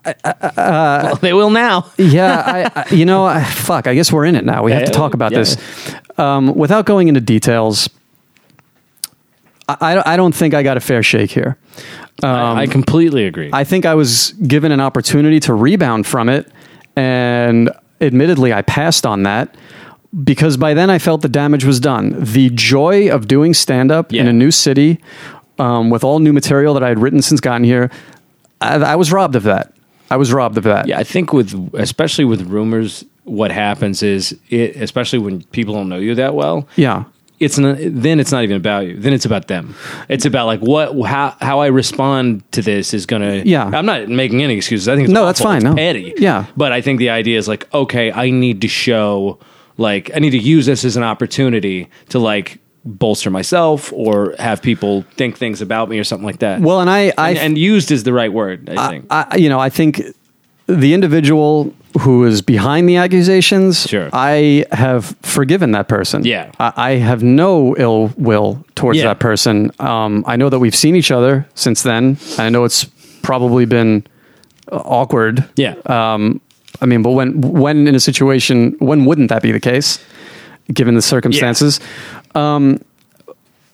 Speaker 9: they
Speaker 2: [laughs]
Speaker 9: will now.
Speaker 2: yeah, I, I, you know, I, fuck. I guess we're in it now. We have to
Speaker 9: Yeah,
Speaker 2: talk about
Speaker 9: yeah.
Speaker 2: this um, without going into details. I, I- I don't think I got a fair shake here.
Speaker 9: I, Um, I completely agree.
Speaker 2: I think I was given an opportunity to rebound from it, and admittedly, I passed on that because by then I felt the damage was done. The joy of doing stand up in
Speaker 9: Yeah.
Speaker 2: a new city um, with all new material that I had written since gotten here, I, I was robbed of that. I was robbed of that.
Speaker 9: yeah, I think with especially with rumors, what happens is, it, especially when people don't know you that well.
Speaker 2: Yeah.
Speaker 9: It's not, then it's not even about you. Then it's about them. It's about like what how how I respond to this is gonna.
Speaker 2: Yeah.
Speaker 9: I'm not making any excuses. I think it's
Speaker 2: No, that's
Speaker 9: awful.
Speaker 2: fine.
Speaker 9: It's
Speaker 2: No.
Speaker 9: petty.
Speaker 2: Yeah.
Speaker 9: but I think the idea is like okay, I need to show like I need to use this as an opportunity to like bolster myself or have people think things about me or something like that.
Speaker 2: Well, and I, I
Speaker 9: and, and used is the right word. I, think.
Speaker 2: I, you know, I think the individual who is behind the accusations,
Speaker 9: Sure.
Speaker 2: I have forgiven that person.
Speaker 9: Yeah.
Speaker 2: I, I have no ill will towards
Speaker 9: Yeah.
Speaker 2: that person. Um, I know that we've seen each other since then. I know it's probably been uh, awkward.
Speaker 9: yeah.
Speaker 2: Um, I mean, but when when in a situation, when wouldn't that be the case, given the circumstances? Um,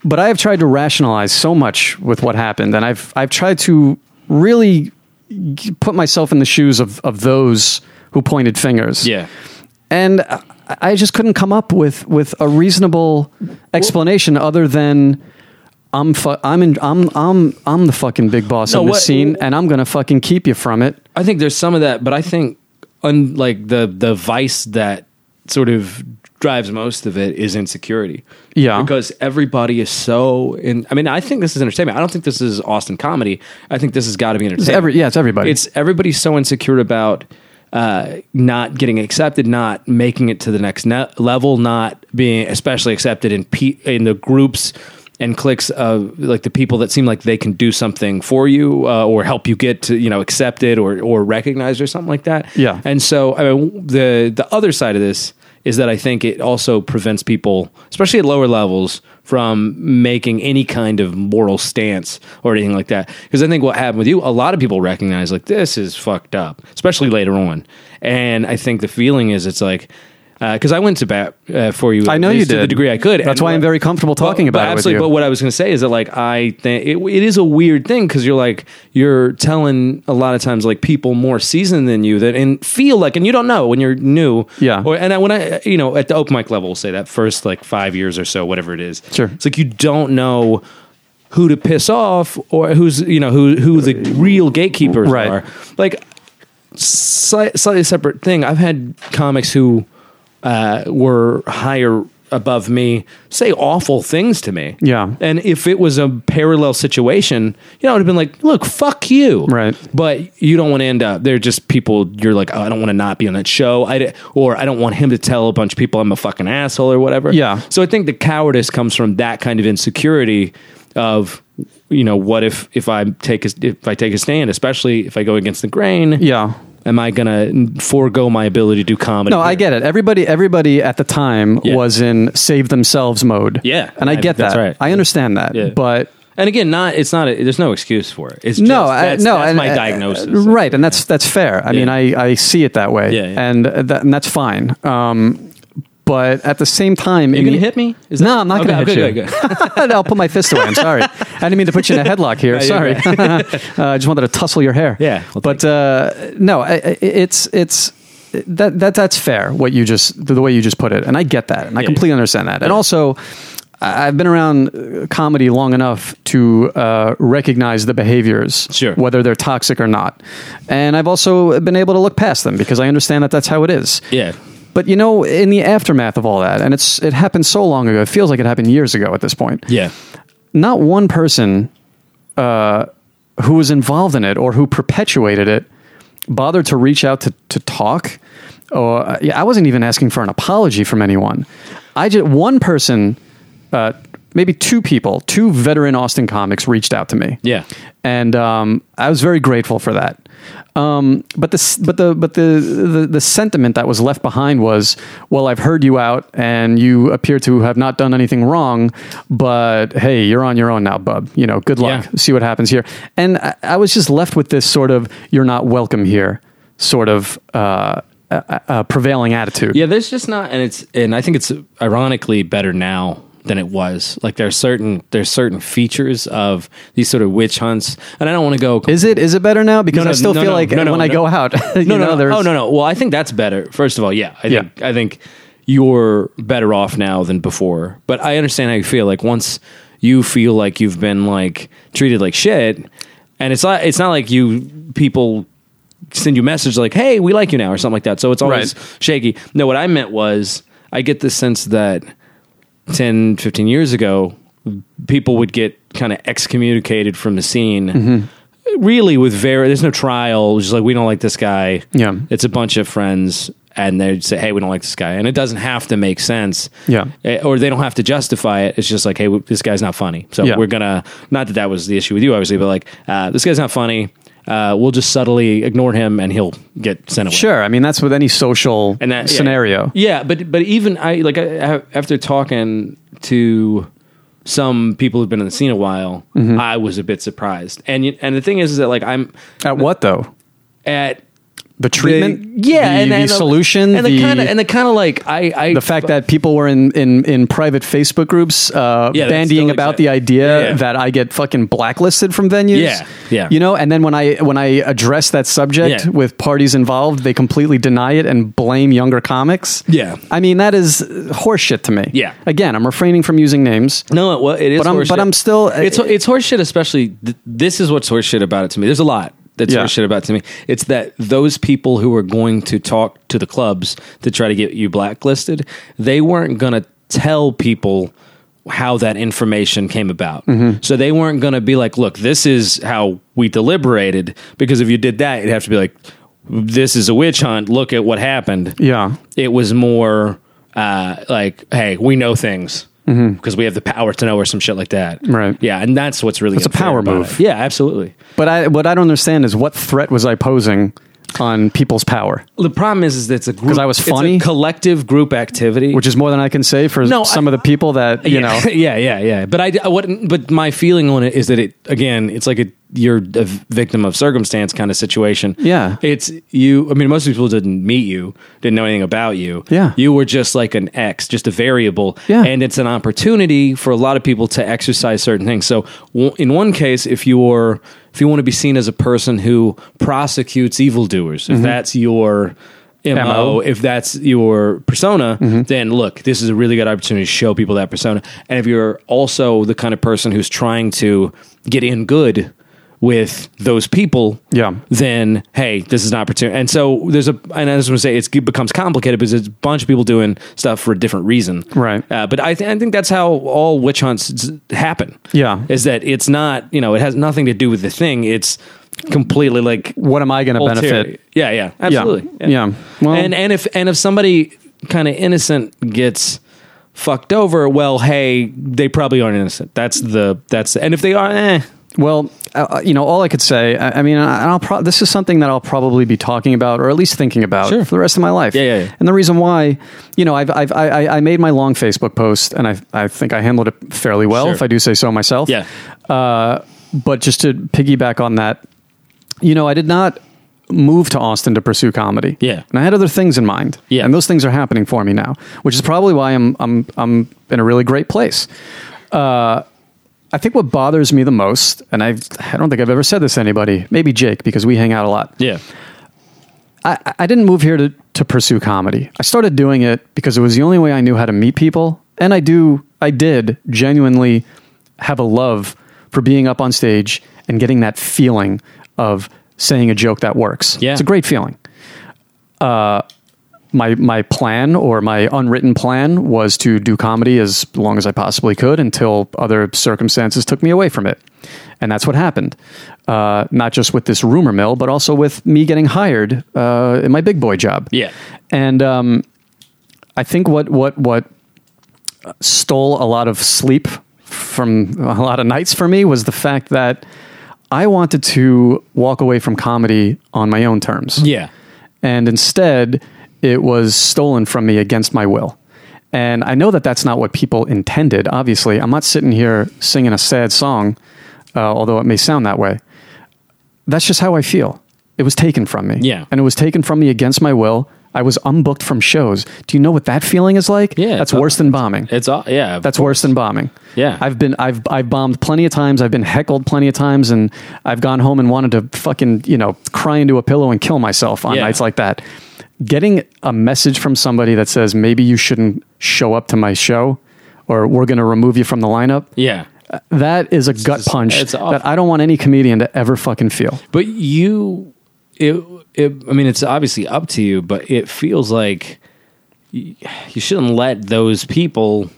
Speaker 2: but I have tried to rationalize so much with what happened, and I've I've tried to really g- put myself in the shoes of of those who pointed fingers.
Speaker 9: yeah.
Speaker 2: and I- I just couldn't come up with with a reasonable explanation other than. I'm fu- I'm in I'm I'm I'm the fucking big boss
Speaker 9: No,
Speaker 2: in this
Speaker 9: what-
Speaker 2: scene, and I'm gonna fucking keep you from it.
Speaker 9: I think there's some of that, but I think un, like the the vice that sort of drives most of it is insecurity.
Speaker 2: Yeah.
Speaker 9: Because everybody is so in I mean, I think this is entertainment. I don't think this is Austin comedy. I think this has got to be entertainment.
Speaker 2: every- yeah, it's everybody.
Speaker 9: It's everybody's so insecure about uh, not getting accepted, not making it to the next ne- level, not being especially accepted in pe- in the groups and cliques of like the people that seem like they can do something for you uh, or help you get to you know accepted or or recognized or something like that.
Speaker 2: Yeah.
Speaker 9: and so I mean the the other side of this is that I think it also prevents people, especially at lower levels, from making any kind of moral stance or anything like that. Because I think what happened with you, a lot of people recognize like this is fucked up, especially later on. And I think the feeling is it's like because I went to bat uh, for you.
Speaker 2: I
Speaker 9: at
Speaker 2: know you
Speaker 9: least to the
Speaker 2: did.
Speaker 9: degree I could.
Speaker 2: That's
Speaker 9: And
Speaker 2: why I'm very comfortable talking
Speaker 9: but,
Speaker 2: about
Speaker 9: but
Speaker 2: it with
Speaker 9: absolutely.
Speaker 2: you.
Speaker 9: But what I was going to say is that like I think it, it is a weird thing because you're like you're telling a lot of times like people more seasoned than you that and feel like and you don't know when you're new.
Speaker 2: Yeah.
Speaker 9: Or and I, when I you know at the open mic level we'll say that first like five years or so whatever it is.
Speaker 2: Sure.
Speaker 9: It's like you don't know who to piss off or who's you know who who the real gatekeepers
Speaker 2: Right.
Speaker 9: are. Like slight, slightly separate thing. I've had comics who uh, were higher above me say awful things to me.
Speaker 2: Yeah.
Speaker 9: And if it was a parallel situation, you know, I would have been like, look, fuck you.
Speaker 2: Right.
Speaker 9: But you don't want to end up, they're just people you're like, oh, I don't want to not be on that show. I di- or I don't want him to tell a bunch of people I'm a fucking asshole or whatever.
Speaker 2: Yeah.
Speaker 9: So I think the cowardice comes from that kind of insecurity of, you know, what if, if I take a, if I take a stand, especially if I go against the grain,
Speaker 2: Yeah.
Speaker 9: am I going to forego my ability to do comedy?
Speaker 2: No, I
Speaker 9: here?
Speaker 2: get it. Everybody, everybody at the time
Speaker 9: Yeah.
Speaker 2: was in save themselves mode.
Speaker 9: Yeah.
Speaker 2: and I
Speaker 9: I-
Speaker 2: get
Speaker 9: that's
Speaker 2: that.
Speaker 9: right.
Speaker 2: I understand that.
Speaker 9: Yeah.
Speaker 2: But
Speaker 9: And again, not it's not. A, there's no excuse for it. It's just,
Speaker 2: no, I-
Speaker 9: that's,
Speaker 2: no,
Speaker 9: That's
Speaker 2: and-
Speaker 9: my
Speaker 2: uh,
Speaker 9: diagnosis.
Speaker 2: Right, and that's that's fair. I mean, I I see it that way.
Speaker 9: Yeah, yeah.
Speaker 2: and uh, that, and that's fine. Um, but at the same time,
Speaker 9: You gonna hit me? Is
Speaker 2: no,
Speaker 9: that-
Speaker 2: I'm not
Speaker 9: Okay,
Speaker 2: going to hit
Speaker 9: good,
Speaker 2: you. [laughs]
Speaker 9: good,
Speaker 2: I'll put my fist away. I'm sorry. I didn't mean to put you in a headlock
Speaker 9: [laughs]
Speaker 2: here.
Speaker 9: you're
Speaker 2: sorry. [laughs]
Speaker 9: good.
Speaker 2: uh, I just wanted to tussle your hair.
Speaker 9: Yeah, I'll
Speaker 2: but uh, no, I- I- it's it's that that that's fair. What you just the way you just put it, and I get that, and I
Speaker 9: Yeah,
Speaker 2: completely
Speaker 9: yeah.
Speaker 2: understand that. And also, I- I've been around uh, comedy long enough to uh, recognize the behaviors,
Speaker 9: Sure.
Speaker 2: whether they're toxic or not. And I've also been able to look past them because I understand that that's how it is.
Speaker 9: Yeah.
Speaker 2: But you know, in the aftermath of all that, and it's it happened so long ago. It feels like it happened years ago at this point
Speaker 9: Yeah.
Speaker 2: not one person uh, who was involved in it or who perpetuated it bothered to reach out to, to talk. Or yeah, I wasn't even asking for an apology from anyone. I just one person, uh, maybe two people, two veteran Austin comics reached out to me.
Speaker 9: Yeah.
Speaker 2: and um, I was very grateful for that. Um, but the but the but the, the the sentiment that was left behind was, well, I've heard you out, and you appear to have not done anything wrong. But hey, you're on your own now, bub. You know, good luck.
Speaker 9: Yeah.
Speaker 2: See what happens here. And I, I was just left with this sort of "you're not welcome here" sort of uh, uh, uh, prevailing attitude.
Speaker 9: Yeah, there's just not, and it's, and I think it's ironically better now than it was. Like there's certain there's certain features of these sort of witch hunts, and I don't want to go.
Speaker 2: Is it is it better now? Because
Speaker 9: No, no,
Speaker 2: I still
Speaker 9: no,
Speaker 2: feel
Speaker 9: no,
Speaker 2: like
Speaker 9: no, no,
Speaker 2: when I
Speaker 9: no.
Speaker 2: go out, [laughs] you
Speaker 9: no,
Speaker 2: know,
Speaker 9: no,
Speaker 2: there's
Speaker 9: no, oh no, no. Well, I think that's better. First of all, yeah, I think,
Speaker 2: Yeah.
Speaker 9: I think you're better off now than before. But I understand how you feel. Like once you feel like you've been like treated like shit, and it's not it's not like you people send you message like, "Hey, we like you now" or something like that. So it's always
Speaker 2: Right.
Speaker 9: shaky. No, what I meant was I get the sense that 10, 15 years ago, people would get kind of excommunicated from the scene.
Speaker 2: Mm-hmm.
Speaker 9: Really, with very, there's no trial. It's just like we don't like this guy.
Speaker 2: Yeah.
Speaker 9: it's a bunch of friends, and they say, "Hey, we don't like this guy," and it doesn't have to make sense.
Speaker 2: Yeah.
Speaker 9: Eh, or they don't have to justify it. It's just like, "Hey, w- this guy's not funny," so
Speaker 2: Yeah.
Speaker 9: we're gonna. Not that that was the issue with you, obviously, but like, uh, this guy's not funny. Uh, we'll just subtly ignore him, and he'll get sent away
Speaker 2: sure. I mean, that's with any social
Speaker 9: and that yeah.
Speaker 2: scenario.
Speaker 9: Yeah, but but even I like I, I- after talking to some people who've been in the scene a while,
Speaker 2: Mm-hmm.
Speaker 9: I was a bit surprised. And you- and the thing is, is that like I'm
Speaker 2: At what though?
Speaker 9: at
Speaker 2: The treatment,
Speaker 9: the, yeah,
Speaker 2: the,
Speaker 9: and,
Speaker 2: the
Speaker 9: and
Speaker 2: solution,
Speaker 9: and the, kind of and the kind of like I, I
Speaker 2: the fact that people were in in in private Facebook groups uh,
Speaker 9: Yeah, that's
Speaker 2: bandying
Speaker 9: still
Speaker 2: about
Speaker 9: exi-
Speaker 2: the idea
Speaker 9: Yeah, yeah.
Speaker 2: that I get fucking blacklisted from venues.
Speaker 9: Yeah, yeah.
Speaker 2: You know, and then when I when I address that subject
Speaker 9: Yeah.
Speaker 2: with parties involved, they completely deny it and blame younger comics.
Speaker 9: Yeah.
Speaker 2: I mean that is horseshit to me.
Speaker 9: Yeah.
Speaker 2: Again, I'm refraining from using names.
Speaker 9: No, it, well, it is.
Speaker 2: But I'm-
Speaker 9: horseshit.
Speaker 2: but I'm still- uh,
Speaker 9: It's it's horseshit, especially. Th- this is what's horseshit about it to me. There's a lot that's
Speaker 2: Yeah.
Speaker 9: horseshit about it to me. It's that those people who are going to talk to the clubs to try to get you blacklisted, they weren't gonna tell people how that information came about.
Speaker 2: Mm-hmm.
Speaker 9: So they weren't gonna be like, "Look, this is how we deliberated." Because if you did that, you'd have to be like, "This is a witch hunt. Look at what happened."
Speaker 2: Yeah.
Speaker 9: it was more uh, like, hey, we know things because we have the power to know or some shit like that.
Speaker 2: Mm-hmm. Right.
Speaker 9: Yeah, and that's what's really
Speaker 2: It's a
Speaker 9: unfair
Speaker 2: power
Speaker 9: about
Speaker 2: move.
Speaker 9: it. Yeah, absolutely.
Speaker 2: But I what I don't understand is what threat was I posing on people's power,
Speaker 9: The problem is, is that it's a group.
Speaker 2: 'Cause I was
Speaker 9: it's a
Speaker 2: funny?
Speaker 9: collective group activity,
Speaker 2: which is more than I can say for
Speaker 9: No,
Speaker 2: some of
Speaker 9: I-
Speaker 2: the people that you
Speaker 9: [laughs] yeah,
Speaker 2: know.
Speaker 9: yeah, yeah, yeah. But I, I what, but my feeling on it is that it again, it's like a you're a victim of circumstance kind of situation.
Speaker 2: Yeah.
Speaker 9: it's you. I mean, most people didn't meet you, didn't know anything about you.
Speaker 2: Yeah.
Speaker 9: you were just like an X, just a variable.
Speaker 2: Yeah.
Speaker 9: and it's an opportunity for a lot of people to exercise certain things. So, w- in one case, if you're if you want to be seen as a person who prosecutes evildoers,
Speaker 2: Mm-hmm.
Speaker 9: if that's your
Speaker 2: MO.
Speaker 9: MO, if that's your persona,
Speaker 2: Mm-hmm.
Speaker 9: then look, this is a really good opportunity to show people that persona. And if you're also the kind of person who's trying to get in good with those people,
Speaker 2: Yeah.
Speaker 9: then hey, this is an opportunity. And so there's a, and I just want to say it's, it becomes complicated because there's a bunch of people doing stuff for a different reason,
Speaker 2: Right.
Speaker 9: Uh, but I, th- I think that's how all witch hunts s- happen.
Speaker 2: Yeah.
Speaker 9: is that it's not you know it has nothing to do with the thing. It's completely like
Speaker 2: What am I going to
Speaker 9: ulterior.
Speaker 2: benefit?
Speaker 9: Yeah, yeah, absolutely.
Speaker 2: Yeah. Yeah. Well-
Speaker 9: and and if and if somebody kind of innocent gets fucked over, well, hey, they probably aren't innocent. That's the that's and if they are, eh,
Speaker 2: Well, uh, you know, all I could say, I, I mean, I- I'll pro- this is something that I'll probably be talking about or at least thinking about
Speaker 9: Sure.
Speaker 2: for the rest of my life.
Speaker 9: Yeah, yeah, yeah.
Speaker 2: And the reason why, you know, I've, I've, I, I- I made my long Facebook post and I, I think I handled it fairly well,
Speaker 9: Sure.
Speaker 2: if I do say so myself. Uh,
Speaker 9: yeah,
Speaker 2: But just to piggyback on that, you know, I did not move to Austin to pursue comedy.
Speaker 9: Yeah.
Speaker 2: And I had other things in mind.
Speaker 9: Yeah.
Speaker 2: And those things are happening for me now, which is probably why I'm I'm I'm in a really great place. Uh, I think what bothers me the most, and I've, I don't think I've ever said this to anybody, maybe Jake, because we hang out a lot.
Speaker 9: yeah,
Speaker 2: I, I didn't move here to, to pursue comedy. I started doing it because it was the only way I knew how to meet people. And I do, I did genuinely have a love for being up on stage and getting that feeling of saying a joke that works.
Speaker 9: Yeah.
Speaker 2: It's a great feeling. Uh, my, my plan or my unwritten plan was to do comedy as long as I possibly could until other circumstances took me away from it. And that's what happened. Uh, not just with this rumor mill, but also with me getting hired uh, in my big boy job.
Speaker 9: Yeah.
Speaker 2: And um, I think what what what stole a lot of sleep from a lot of nights for me was the fact that I wanted to walk away from comedy on my own terms.
Speaker 9: yeah,
Speaker 2: And instead, it was stolen from me against my will. And I know that that's not what people intended, obviously. I'm not sitting here singing a sad song, uh, although it may sound that way. That's just how I feel. It was taken from me.
Speaker 9: Yeah.
Speaker 2: And it was taken from me against my will. I was unbooked from shows. Do you know what that feeling is like?
Speaker 9: Yeah, uh,
Speaker 2: That's
Speaker 9: it's-
Speaker 2: worse than bombing.
Speaker 9: it's all yeah.
Speaker 2: That's worse than bombing.
Speaker 9: Yeah.
Speaker 2: I've been I've I've bombed plenty of times. I've been heckled plenty of times, and I've gone home and wanted to fucking you know cry into a pillow and kill myself on
Speaker 9: Yeah.
Speaker 2: nights like that. Getting a message from somebody that says maybe you shouldn't show up to my show, or we're going to remove you from the lineup.
Speaker 9: yeah.
Speaker 2: That is a gut
Speaker 9: just-
Speaker 2: punch
Speaker 9: it's awful.
Speaker 2: that I don't want any comedian to ever fucking feel.
Speaker 9: But you, it, it, I mean, it's obviously up to you, but it feels like you, you shouldn't let those people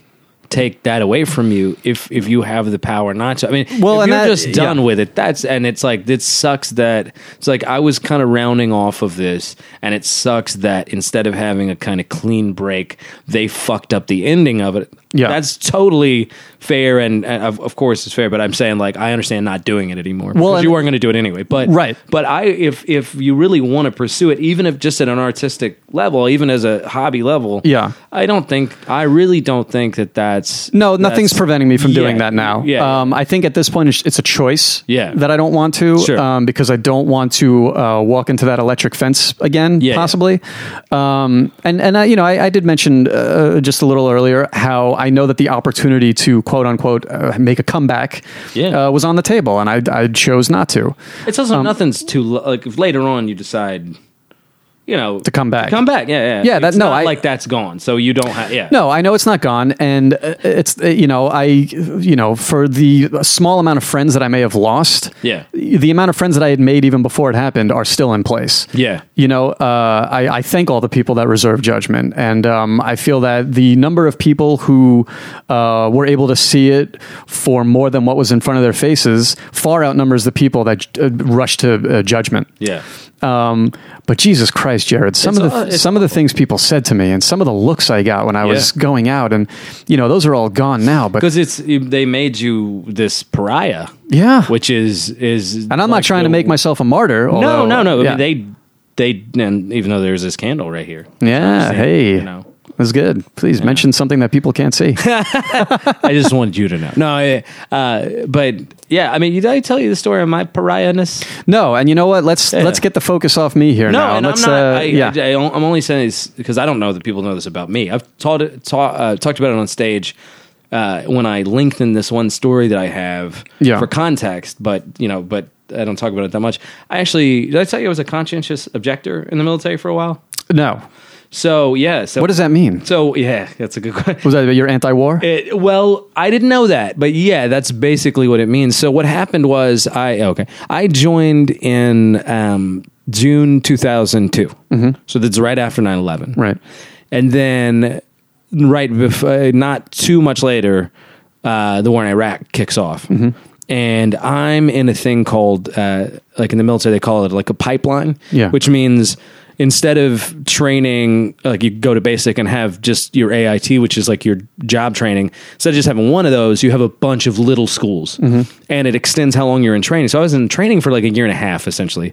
Speaker 9: take that away from you if if you have the power not to. I mean,
Speaker 2: Well,
Speaker 9: well, if
Speaker 2: and
Speaker 9: you're
Speaker 2: that-
Speaker 9: just done
Speaker 2: yeah.
Speaker 9: with it. That's and it's like it sucks that it's like I was kind of rounding off of this, and it sucks that instead of having a kind of clean break, they fucked up the ending of it.
Speaker 2: Yeah.
Speaker 9: that's totally fair, and, and of, of course it's fair. But I'm saying like I understand not doing it anymore.
Speaker 2: Well,
Speaker 9: because
Speaker 2: and-
Speaker 9: you weren't going to do it anyway. But
Speaker 2: Right.
Speaker 9: but I, if if you really want to pursue it, even if just at an artistic level, even as a hobby level,
Speaker 2: Yeah.
Speaker 9: I don't think I really don't think that that's
Speaker 2: No, nothing's
Speaker 9: that's-
Speaker 2: preventing me from doing
Speaker 9: Yeah,
Speaker 2: that now.
Speaker 9: Yeah,
Speaker 2: Um, I think at this point it's, it's a choice
Speaker 9: Yeah.
Speaker 2: that I don't want to
Speaker 9: Sure.
Speaker 2: um, because I don't want to uh, walk into that electric fence again,
Speaker 9: Yeah, yeah.
Speaker 2: possibly. Um, and and I, you know, I, I did mention uh, just a little earlier how I know that the opportunity to quote unquote uh, make a comeback
Speaker 9: Yeah.
Speaker 2: uh, was on the table, and I, I chose not to.
Speaker 9: it's
Speaker 2: um,
Speaker 9: also nothing's too lo- like if later on you decide. You know, to
Speaker 2: come back.
Speaker 9: come back, yeah, yeah,
Speaker 2: Yeah, that-
Speaker 9: It's
Speaker 2: no,
Speaker 9: not
Speaker 2: I-
Speaker 9: like that's gone, so you don't have, yeah,
Speaker 2: No, I know it's not gone, and uh, it's uh, you know I you know for the small amount of friends that I may have lost,
Speaker 9: Yeah.
Speaker 2: the amount of friends that I had made even before it happened are still in place.
Speaker 9: Yeah.
Speaker 2: you know uh, I, I thank all the people that reserve judgment, and um, I feel that the number of people who uh, were able to see it for more than what was in front of their faces far outnumbers the people that uh, rushed to uh, judgment.
Speaker 9: yeah,
Speaker 2: Um, but Jesus Christ, Jared, some
Speaker 9: It's
Speaker 2: of the
Speaker 9: aw- it's
Speaker 2: some of the things people said to me, and some of the looks I got when I was
Speaker 9: Yeah.
Speaker 2: going out, and you know, those are all gone now. But
Speaker 9: because it's they made you this pariah,
Speaker 2: yeah,
Speaker 9: which is is,
Speaker 2: and I'm not trying to make myself a martyr. although,
Speaker 9: No, no, no.
Speaker 2: Yeah,
Speaker 9: I mean, they, they, and even though there's this candle right here.
Speaker 2: yeah
Speaker 9: Saying,
Speaker 2: hey,
Speaker 9: you know.
Speaker 2: that's good. Please mention something that people can't
Speaker 9: [laughs]
Speaker 2: see.
Speaker 9: I just wanted you to know. No, I, uh, but yeah, I mean, did I tell you the story of my pariahness?
Speaker 2: no, and you know what? Let's
Speaker 9: Yeah.
Speaker 2: let's get the focus off me here
Speaker 9: No,
Speaker 2: now.
Speaker 9: and I'm
Speaker 2: let's,
Speaker 9: not.
Speaker 2: uh,
Speaker 9: I,
Speaker 2: yeah,
Speaker 9: I, am only saying this because I don't know that people know this about me. I've taught it, ta- uh, talked about it on stage uh, when I lengthen this one story that I have
Speaker 2: Yeah.
Speaker 9: for context, but you know, but I don't talk about it that much. I actually did I tell you I was a conscientious objector in the military for a while.
Speaker 2: no,
Speaker 9: So yeah. So
Speaker 2: What does that mean?
Speaker 9: So yeah, that's a good question.
Speaker 2: Was that your anti-war?
Speaker 9: It, well, I didn't know that, but yeah, that's basically what it means. So what happened was I okay, I joined in um, June 2002. So that's right after 9/11.
Speaker 2: Mm-hmm. Right.
Speaker 9: And then right before not too much later uh, the war in Iraq kicks off.
Speaker 2: Mm-hmm.
Speaker 9: And I'm in a thing called uh, like in the military they call it like a pipeline,
Speaker 2: Yeah.
Speaker 9: which means instead of training like you go to basic and have just your AIT which is like your job training instead of just having one of those you have a bunch of little schools and it extends how long you're in training so I was in training for like a year and a half essentially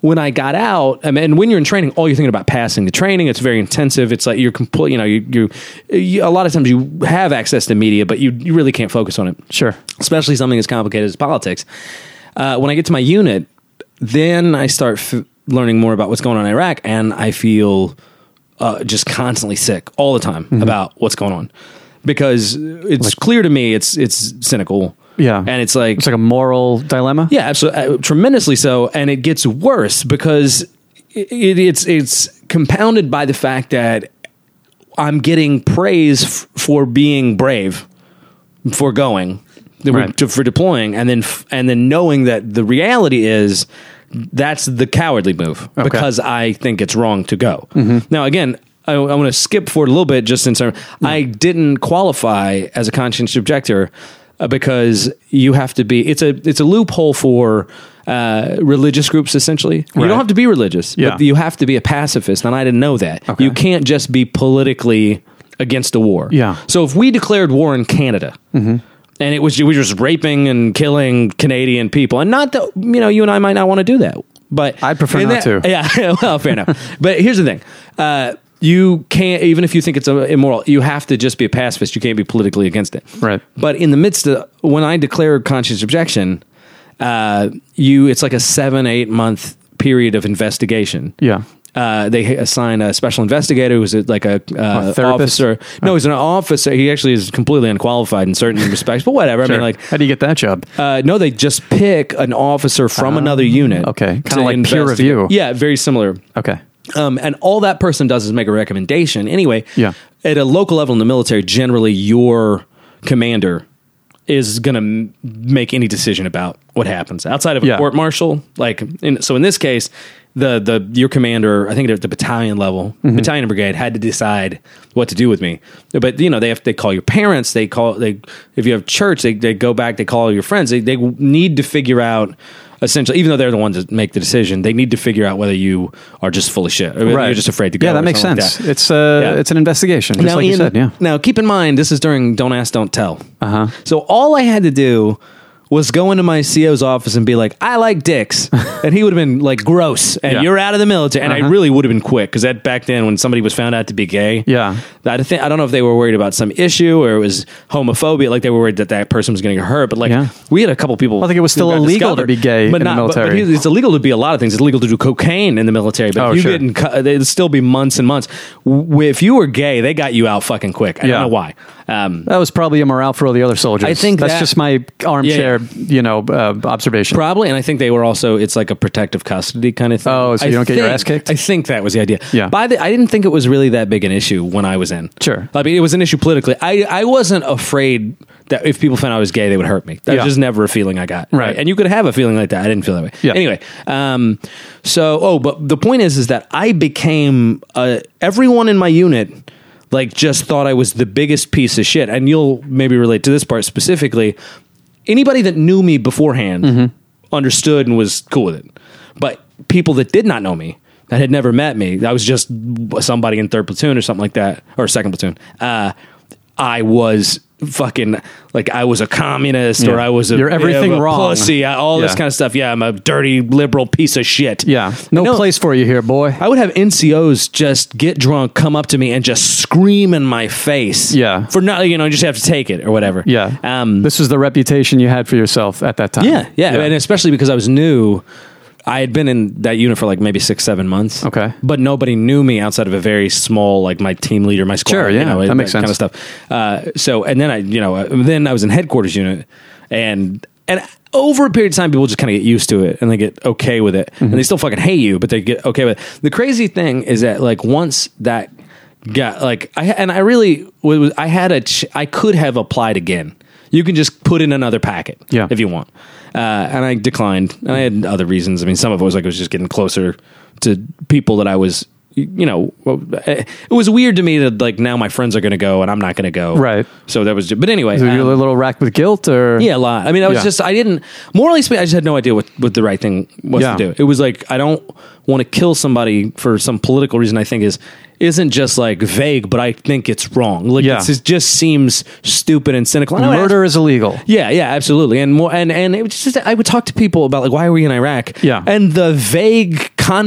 Speaker 9: when I got out I mean, and when you're in training all you're thinking about passing the training it's very intensive it's like you're complete you know you, you, you a lot of times you have access to media but you, you really can't focus on it
Speaker 2: Sure.
Speaker 9: especially something as complicated as politics. Uh, when I get to my unit, then I start f- learning more about what's going on in Iraq, and I feel uh, just constantly sick all the time about what's going on because it's clear to me it's it's cynical,
Speaker 2: Yeah.
Speaker 9: and it's like
Speaker 2: It's like a moral dilemma.
Speaker 9: yeah, absolutely, uh, tremendously so, and it gets worse because it, it, it's it's compounded by the fact that I'm getting praise f- for being brave, for going, that we're-
Speaker 2: Right.
Speaker 9: to- for deploying, and then f- and then knowing that the reality is that's the cowardly move because I think it's wrong to go.
Speaker 2: Mm-hmm.
Speaker 9: Now again. I, I want to skip forward a little bit just in terms. I didn't qualify as a conscientious objector uh, because you have to be. It's a it's a loophole for uh, religious groups essentially. You
Speaker 2: Right.
Speaker 9: don't have to be religious,
Speaker 2: Yeah.
Speaker 9: but you have to be a pacifist, and I didn't know that.
Speaker 2: Okay.
Speaker 9: You can't just be politically against the war.
Speaker 2: Yeah. Mm-hmm.
Speaker 9: So if we declared war in Canada, and it was we were just raping and killing Canadian people, and not that you know you and I might not want to do that, but
Speaker 2: I'd prefer
Speaker 9: and
Speaker 2: not
Speaker 9: that-
Speaker 2: to.
Speaker 9: Yeah. [laughs] Well, fair enough. But here's the thing. Uh, you can't even if you think it's uh, immoral. You have to just be a pacifist. You can't be politically against it.
Speaker 2: Right.
Speaker 9: But in the midst of when I declared conscious objection, uh, you it's like a seven eight month period of investigation.
Speaker 2: Yeah.
Speaker 9: Uh, they assign a special investigator who's a- like a, uh,
Speaker 2: therapist? Oh.
Speaker 9: officer. No, he's an officer. He actually is completely unqualified
Speaker 2: [laughs]
Speaker 9: in certain respects, but whatever. I
Speaker 2: Sure.
Speaker 9: mean, like,
Speaker 2: how do you get that job?
Speaker 9: uh, no, they just pick an officer from another unit.
Speaker 2: Ah, okay.
Speaker 9: to
Speaker 2: Kinda like peer
Speaker 9: investigate.
Speaker 2: review.
Speaker 9: Yeah, very similar.
Speaker 2: Okay.
Speaker 9: Um, and all that person does is make a recommendation. Anyway,
Speaker 2: Yeah.
Speaker 9: at a local level in the military, generally your commander is going to m- make any decision about what happens outside of a
Speaker 2: Yeah.
Speaker 9: court martial. Like, in, so in this case, the the your commander, I think at the battalion level,
Speaker 2: Mm-hmm.
Speaker 9: battalion and brigade, had to decide what to do with me. But you know, they have they call your parents. They call they if you have church, they they go back. They call your friends. They they need to figure out. Essentially, even though they're the ones that make the decision, they need to figure out whether you are just full of shit, or whether you're just afraid to go.
Speaker 2: Yeah, that
Speaker 9: or
Speaker 2: makes
Speaker 9: something like
Speaker 2: sense.
Speaker 9: that.
Speaker 2: It's uh,
Speaker 9: Yeah.
Speaker 2: it's an investigation, just like you
Speaker 9: Ian,
Speaker 2: said. Yeah. Uh-huh.
Speaker 9: Now, keep in mind, this is during Don't Ask, Don't Tell. Uh huh. So all I had to do was go into my CO's office and be like, I like
Speaker 2: [laughs]
Speaker 9: dicks. and he would have been like, gross. And
Speaker 2: Yeah.
Speaker 9: you're out of the military. And I
Speaker 2: Uh-huh.
Speaker 9: really would have been quick because that back then, when somebody was found out to be gay,
Speaker 2: Yeah.
Speaker 9: I, think, I don't know if they were worried about some issue or it was homophobia. Like they were worried that that person was going to get hurt. But like,
Speaker 2: Yeah.
Speaker 9: we had a couple people.
Speaker 2: I think it was
Speaker 9: who
Speaker 2: still
Speaker 9: got
Speaker 2: illegal to
Speaker 9: discovered.
Speaker 2: be gay in the
Speaker 9: But,
Speaker 2: military.
Speaker 9: here's- it's illegal to be a lot of things. It's illegal to do cocaine in the military, but
Speaker 2: Oh,
Speaker 9: if you
Speaker 2: sure.
Speaker 9: didn't cu- it'd still be months and months. W- If you were gay, they got you out fucking quick. I
Speaker 2: Yeah.
Speaker 9: don't know why. Um,
Speaker 2: That was probably a morale for all the other soldiers.
Speaker 9: I think
Speaker 2: that's
Speaker 9: that-
Speaker 2: just my armchair, you know, uh, observation.
Speaker 9: probably, and I think they were also. It's like a protective custody kind of thing.
Speaker 2: Oh, so
Speaker 9: I
Speaker 2: you don't get your
Speaker 9: think-
Speaker 2: ass kicked?
Speaker 9: I think that was the idea.
Speaker 2: Yeah.
Speaker 9: By the, I didn't think it was really that big an issue when I was in.
Speaker 2: Sure.
Speaker 9: I mean, it was an issue politically. I I wasn't afraid that if people found I was gay, they would hurt me. That
Speaker 2: Yeah.
Speaker 9: was just never a feeling I got.
Speaker 2: Right.
Speaker 9: And you could have a feeling like that. I didn't feel that way.
Speaker 2: Yeah.
Speaker 9: Anyway, um, so oh, but the point is, is that I became uh, everyone in my unit like just thought I was the biggest piece of shit, and you'll maybe relate to this part specifically. Anybody that knew me beforehand
Speaker 2: Mm-hmm.
Speaker 9: understood and was cool with it, but people that did not know me. That had never met me. I was just somebody in third platoon or something like that, or second platoon. Uh, I was fucking like I was a communist, or
Speaker 2: Yeah.
Speaker 9: I was a
Speaker 2: You're everything
Speaker 9: a
Speaker 2: wrong.
Speaker 9: pussy, I- all this
Speaker 2: Yeah.
Speaker 9: kind of stuff. Yeah, I'm a dirty liberal piece of shit.
Speaker 2: Yeah. No,
Speaker 9: No.
Speaker 2: place for you here, boy.
Speaker 9: I would have NCOs just get drunk, come up to me, and just scream in my face.
Speaker 2: Yeah.
Speaker 9: for not you know, you just have to take it or whatever.
Speaker 2: yeah.
Speaker 9: um,
Speaker 2: this was the reputation you had for yourself at that time.
Speaker 9: yeah, yeah, and especially because I was new. I had been in that unit for like maybe six, seven months.
Speaker 2: Okay.
Speaker 9: but nobody knew me outside of a very small, like my team leader, my squad.
Speaker 2: Sure, yeah,
Speaker 9: you know,
Speaker 2: that makes
Speaker 9: kind of
Speaker 2: sense.
Speaker 9: stuff. Uh, so, and then I, you know, uh, then I was in headquarters unit, and and over a period of time, people just kind of get used to it and they get okay with it,
Speaker 2: Mm-hmm.
Speaker 9: and they still fucking hate you, but they get okay with it. The crazy thing is that like once that got like I and I really was I had a ch- I could have applied again. You can just put in another packet,
Speaker 2: Yeah.
Speaker 9: if you want. Uh, and I declined, and I had other reasons. I mean, some of it was like I was just getting closer to people that I was. You you know, well, eh, it was weird to me that like now my friends are going to go and I'm not going to go.
Speaker 2: Right.
Speaker 9: So that was, just, but anyway,
Speaker 2: So you're
Speaker 9: um,
Speaker 2: a little racked with guilt, or
Speaker 9: yeah, a lot. I mean, I was
Speaker 2: Yeah.
Speaker 9: just, I didn't, morally speaking, I just had no idea what, what the right thing was
Speaker 2: Yeah.
Speaker 9: to do. It was like, I don't want to kill somebody for some political reason, I think is, isn't just like vague, but I think it's wrong. Like,
Speaker 2: Yeah.
Speaker 9: it's, it just seems stupid and cynical. And I would ask-
Speaker 2: murder is illegal.
Speaker 9: yeah, yeah, absolutely, and more, and and it was just I would talk to people about like why are we in Iraq?
Speaker 2: Yeah.
Speaker 9: and the vague,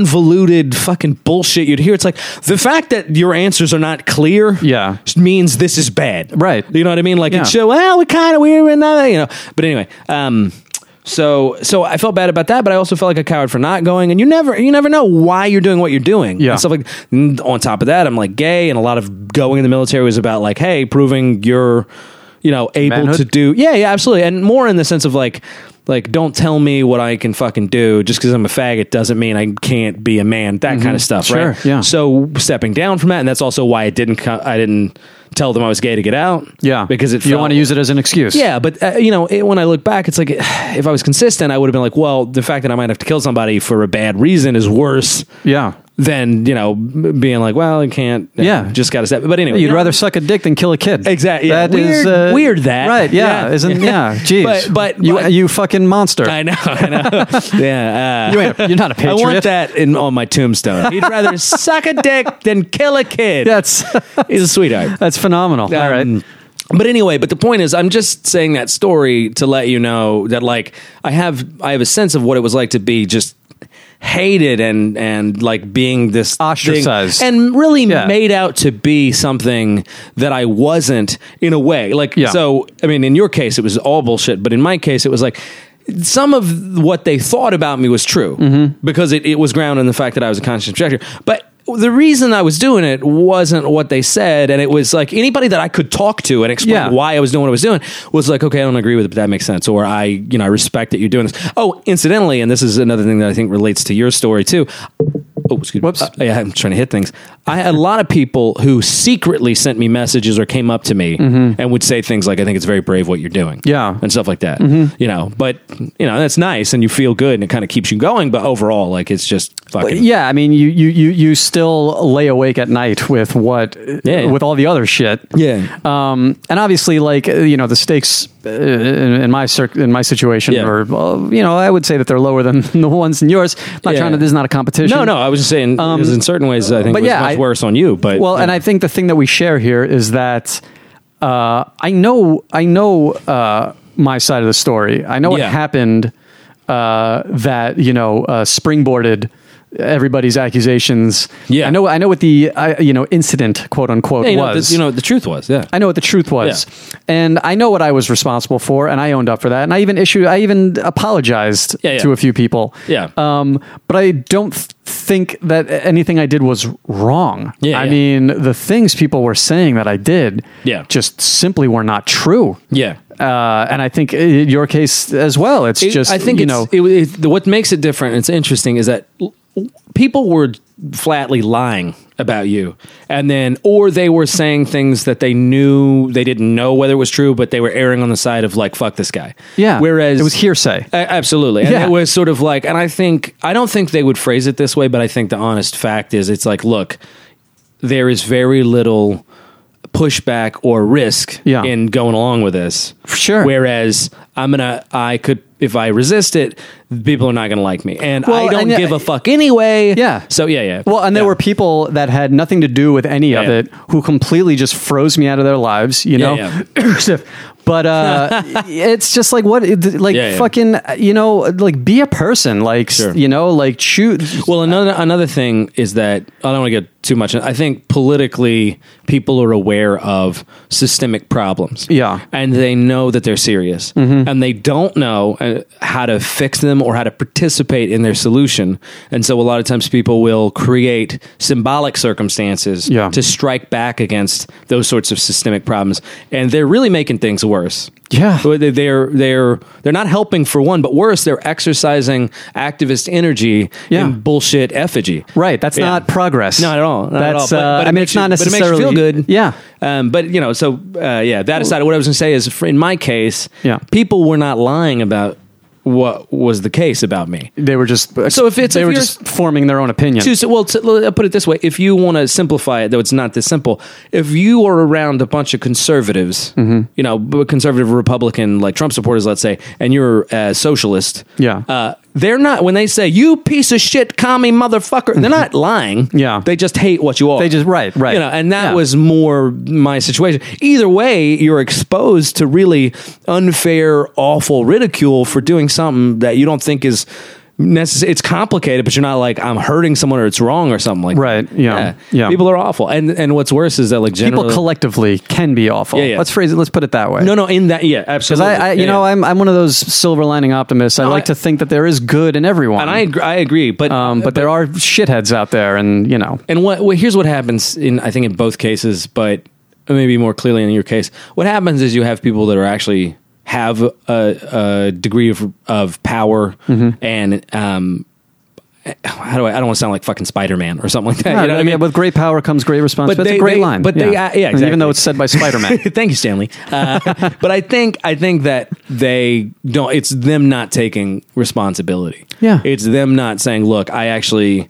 Speaker 9: convoluted, fucking bullshit you'd hear. It's like the fact that your answers are not clear.
Speaker 2: Yeah.
Speaker 9: means this is bad.
Speaker 2: Right.
Speaker 9: You know what I mean? Like
Speaker 2: Yeah.
Speaker 9: it show. Well, we kind of we're in that. You know. But anyway, um. So, so I felt bad about that, but I also felt like a coward for not going. And you never, you never know why you're doing what you're doing.
Speaker 2: Yeah.
Speaker 9: And stuff like. and On top of that, I'm like gay, and a lot of going in the military was about like, hey, proving you're, you know, able
Speaker 2: Manhood?
Speaker 9: to do do yeah yeah absolutely and more in the sense of like like don't tell me what i can fucking do just because i'm a faggot doesn't mean i can't be a man that kind of stuff
Speaker 2: Mm-hmm. Sure,
Speaker 9: right
Speaker 2: yeah.
Speaker 9: so stepping down from that and that's also why i didn't co- i didn't tell them i was gay to get out
Speaker 2: yeah,
Speaker 9: because it
Speaker 2: you
Speaker 9: felt-
Speaker 2: want to use it as an excuse.
Speaker 9: yeah, but uh, you know, it, when I look back, it's like [sighs] if I was consistent, I would have been like, well, the fact that I might have to kill somebody for a bad reason is worse
Speaker 2: yeah.
Speaker 9: than you know m- being like, well, I can't. uh,
Speaker 2: Yeah.
Speaker 9: just got to step. But anyway,
Speaker 2: You'd
Speaker 9: you know-
Speaker 2: rather suck a dick than kill a kid.
Speaker 9: Exact- yeah.
Speaker 2: That is,
Speaker 9: Weird-
Speaker 2: uh,
Speaker 9: weird that.
Speaker 2: Right. Yeah.
Speaker 9: Yeah. [laughs]
Speaker 2: Isn't yeah? Jeez.
Speaker 9: But- but-
Speaker 2: you
Speaker 9: but-
Speaker 2: you fucking monster.
Speaker 9: [laughs] I know,
Speaker 2: [laughs]
Speaker 9: I know. yeah, uh,
Speaker 2: You ain't a- you're not a
Speaker 9: [laughs] I
Speaker 2: patriot.
Speaker 9: want that in on
Speaker 2: [laughs]
Speaker 9: my tombstone. He'd rather suck a dick than kill a kid.
Speaker 2: That's
Speaker 9: [laughs] he's a sweetheart.
Speaker 2: that's phenomenal. [laughs] All right.
Speaker 9: Um, But anyway, but the point is, I'm just saying that story to let you know that like I have I have a sense of what it was like to be just hated and and like being this thing-
Speaker 2: Ostracized.
Speaker 9: and really
Speaker 2: Yeah.
Speaker 9: made out to be something that I wasn't in a way. Like
Speaker 2: Yeah.
Speaker 9: so, I mean, in your case, it was all bullshit, but in my case, it was like. Some of what they thought about me was true
Speaker 2: Mm-hmm.
Speaker 9: because it, it was grounded in the fact that I was a conscious objector. But the reason I was doing it wasn't what they said, and it was like anybody that I could talk to and explain
Speaker 2: Yeah.
Speaker 9: why I was doing what I was doing was like, okay, I don't agree with it, but that makes sense, or I, you know, I respect that you're doing this. Oh, incidentally, and this is another thing that I think relates to your story too. Oh, excuse
Speaker 2: Whoops.
Speaker 9: me. Uh, yeah, I'm trying to hit things. I had a lot of people who secretly sent me messages or came up to me and would say things like, "I think it's very brave what you're doing,"
Speaker 2: Mm-hmm. Yeah. Mm-hmm.
Speaker 9: and stuff like that. You know, but you know that's nice, and you feel good, and it kind of keeps you going. But overall, like it's just fucking
Speaker 2: Yeah, I mean, you you you you still lay awake at night with what
Speaker 9: Yeah.
Speaker 2: with all the other shit.
Speaker 9: Yeah.
Speaker 2: Um, and obviously, like uh, you know, the stakes uh, in, in my cir- in my situation
Speaker 9: Yeah.
Speaker 2: are well, you know I would say that they're lower than [laughs] the ones in yours. I'm not
Speaker 9: Yeah.
Speaker 2: trying to. This is not a competition.
Speaker 9: No, no, I was just saying
Speaker 2: Um,
Speaker 9: because in certain ways I think
Speaker 2: but
Speaker 9: it was
Speaker 2: yeah, I-
Speaker 9: much worse on you. But
Speaker 2: well, and I think the thing that we share here is that uh, I know I know uh, my side of the story. I know what
Speaker 9: Yeah.
Speaker 2: happened uh, that you know uh, springboarded everybody's accusations.
Speaker 9: Yeah.
Speaker 2: I know I know what the uh, you know incident quote unquote
Speaker 9: Yeah, you, know,
Speaker 2: was.
Speaker 9: the, you know the truth was yeah.
Speaker 2: I know what the truth was, and I know what I was responsible for, and I owned up for that, and I even issued, I even apologized
Speaker 9: Yeah, yeah.
Speaker 2: to a few people.
Speaker 9: Yeah.
Speaker 2: Um, but I don't th- think that anything I did was wrong.
Speaker 9: Yeah,
Speaker 2: I
Speaker 9: yeah.
Speaker 2: mean, the things people were saying that I did,
Speaker 9: Yeah.
Speaker 2: just simply were not true.
Speaker 9: yeah.
Speaker 2: Uh, and I think in your case as well. It's
Speaker 9: It-
Speaker 2: just
Speaker 9: I think
Speaker 2: you
Speaker 9: it's,
Speaker 2: know
Speaker 9: it, it, what makes it different. and It's interesting is that l- people were flatly lying about you, and then or they were saying things that they knew they didn't know whether it was true, but they were erring on the side of like fuck this guy.
Speaker 2: yeah.
Speaker 9: Whereas
Speaker 2: it was hearsay.
Speaker 9: A- absolutely. And
Speaker 2: Yeah.
Speaker 9: it was sort of like, and I think, I don't think they would phrase it this way, but I think the honest fact is it's like, look, there is very little pushback or risk
Speaker 2: Yeah.
Speaker 9: in going along with this.
Speaker 2: Sure.
Speaker 9: Whereas I'm going to, I could, if I resist it, people are not going to like me. And
Speaker 2: Well,
Speaker 9: I don't
Speaker 2: and- uh,
Speaker 9: give a fuck anyway.
Speaker 2: Yeah.
Speaker 9: So yeah, yeah.
Speaker 2: Well, and there
Speaker 9: Yeah.
Speaker 2: were people that had nothing to do with any of
Speaker 9: Yeah.
Speaker 2: it who completely just froze me out of their lives, you know. [laughs]
Speaker 9: Yeah,
Speaker 2: but
Speaker 9: [laughs]
Speaker 2: uh, it's just like what, it- like
Speaker 9: Yeah, yeah.
Speaker 2: fucking, you know, like be a person, like s-
Speaker 9: Sure.
Speaker 2: you know, like choose.
Speaker 9: Well, another another thing is that I don't want to get too much. I think politically, people are aware of systemic problems.
Speaker 2: Yeah. Mm-hmm.
Speaker 9: and they know that they're serious, and they don't know uh, how to fix them or how to participate in their solution. And so, a lot of times, people will create symbolic circumstances
Speaker 2: Yeah.
Speaker 9: to strike back against those sorts of systemic problems, and they're really making things worse.
Speaker 10: Yeah.
Speaker 9: [sighs] Well, they- They're they're they're not helping for one, but worse, they're exercising activist energy
Speaker 2: Yeah.
Speaker 9: in bullshit effigy.
Speaker 2: Right, that's
Speaker 9: Yeah.
Speaker 2: not progress.
Speaker 9: Not at all. Not at
Speaker 2: that's
Speaker 9: all. But-
Speaker 2: uh,
Speaker 9: but it
Speaker 2: I mean,
Speaker 9: makes
Speaker 2: it's not
Speaker 9: you- but it makes you
Speaker 2: necessarily
Speaker 9: feel good.
Speaker 2: Yeah,
Speaker 9: Um, but you know, so uh, yeah. That aside, what I was going to say is, for, in my case,
Speaker 2: Yeah.
Speaker 9: people were not lying about what was the case about me.
Speaker 2: they were just
Speaker 9: So if it's-
Speaker 2: they
Speaker 9: if
Speaker 2: were
Speaker 9: you're-
Speaker 2: just forming their own opinion.
Speaker 9: Too, so, well, t- l- I'll put it this way: if you want to simplify it, though it's not this simple. If you are around a bunch of conservatives,
Speaker 2: Mm-hmm.
Speaker 9: you know, b- conservative Republican like Trump supporters, let's say, and you're a socialist,
Speaker 2: Yeah.
Speaker 9: uh, they're not when they say you piece of shit commie motherfucker. They're not lying.
Speaker 2: Mm-hmm. Yeah.
Speaker 9: they just hate what you are.
Speaker 2: They just- right, right.
Speaker 9: You know, and that
Speaker 2: Yeah.
Speaker 9: was more my situation. Either way, you're exposed to really unfair, awful ridicule for doing something that you don't think is necessary. It's complicated, but you're not like I'm hurting someone or it's wrong or something like.
Speaker 2: Right,
Speaker 9: That.
Speaker 2: yeah, yeah.
Speaker 9: People are awful, and and what's worse is that like
Speaker 2: People
Speaker 9: generally,
Speaker 2: collectively can be awful.
Speaker 9: Yeah, yeah.
Speaker 2: Let's phrase it. Let's put it that way.
Speaker 9: No, no. In that, yeah,
Speaker 2: Because
Speaker 9: absolutely.
Speaker 2: I, I, you
Speaker 9: Yeah,
Speaker 2: know,
Speaker 9: yeah.
Speaker 2: I'm I'm one of those silver lining optimists. I like
Speaker 9: I-
Speaker 2: to think that there is good in everyone,
Speaker 9: and I agree, I agree, but
Speaker 2: um, but, there are shitheads out there, and you know,
Speaker 9: And what well, here's what happens in I think in both cases, but maybe more clearly in your case, what happens is you have people that are actually have a, a degree of of power and um. How do I? I don't want to sound like fucking Spider Man or something like that.
Speaker 2: Yeah,
Speaker 9: you know what I
Speaker 2: yeah,
Speaker 9: mean?
Speaker 2: with great power comes great responsibility.
Speaker 9: But
Speaker 2: That's
Speaker 9: they-
Speaker 2: a great
Speaker 9: they-
Speaker 2: line.
Speaker 9: but they- uh, yeah,
Speaker 2: And Even
Speaker 9: exactly.
Speaker 2: though it's said by Spider
Speaker 9: [laughs]
Speaker 2: Man.
Speaker 9: Thank you, Stanley. Uh, [laughs] but I think I think that they don't. It's them not taking responsibility.
Speaker 2: Yeah.
Speaker 9: it's them not saying, "Look, I actually."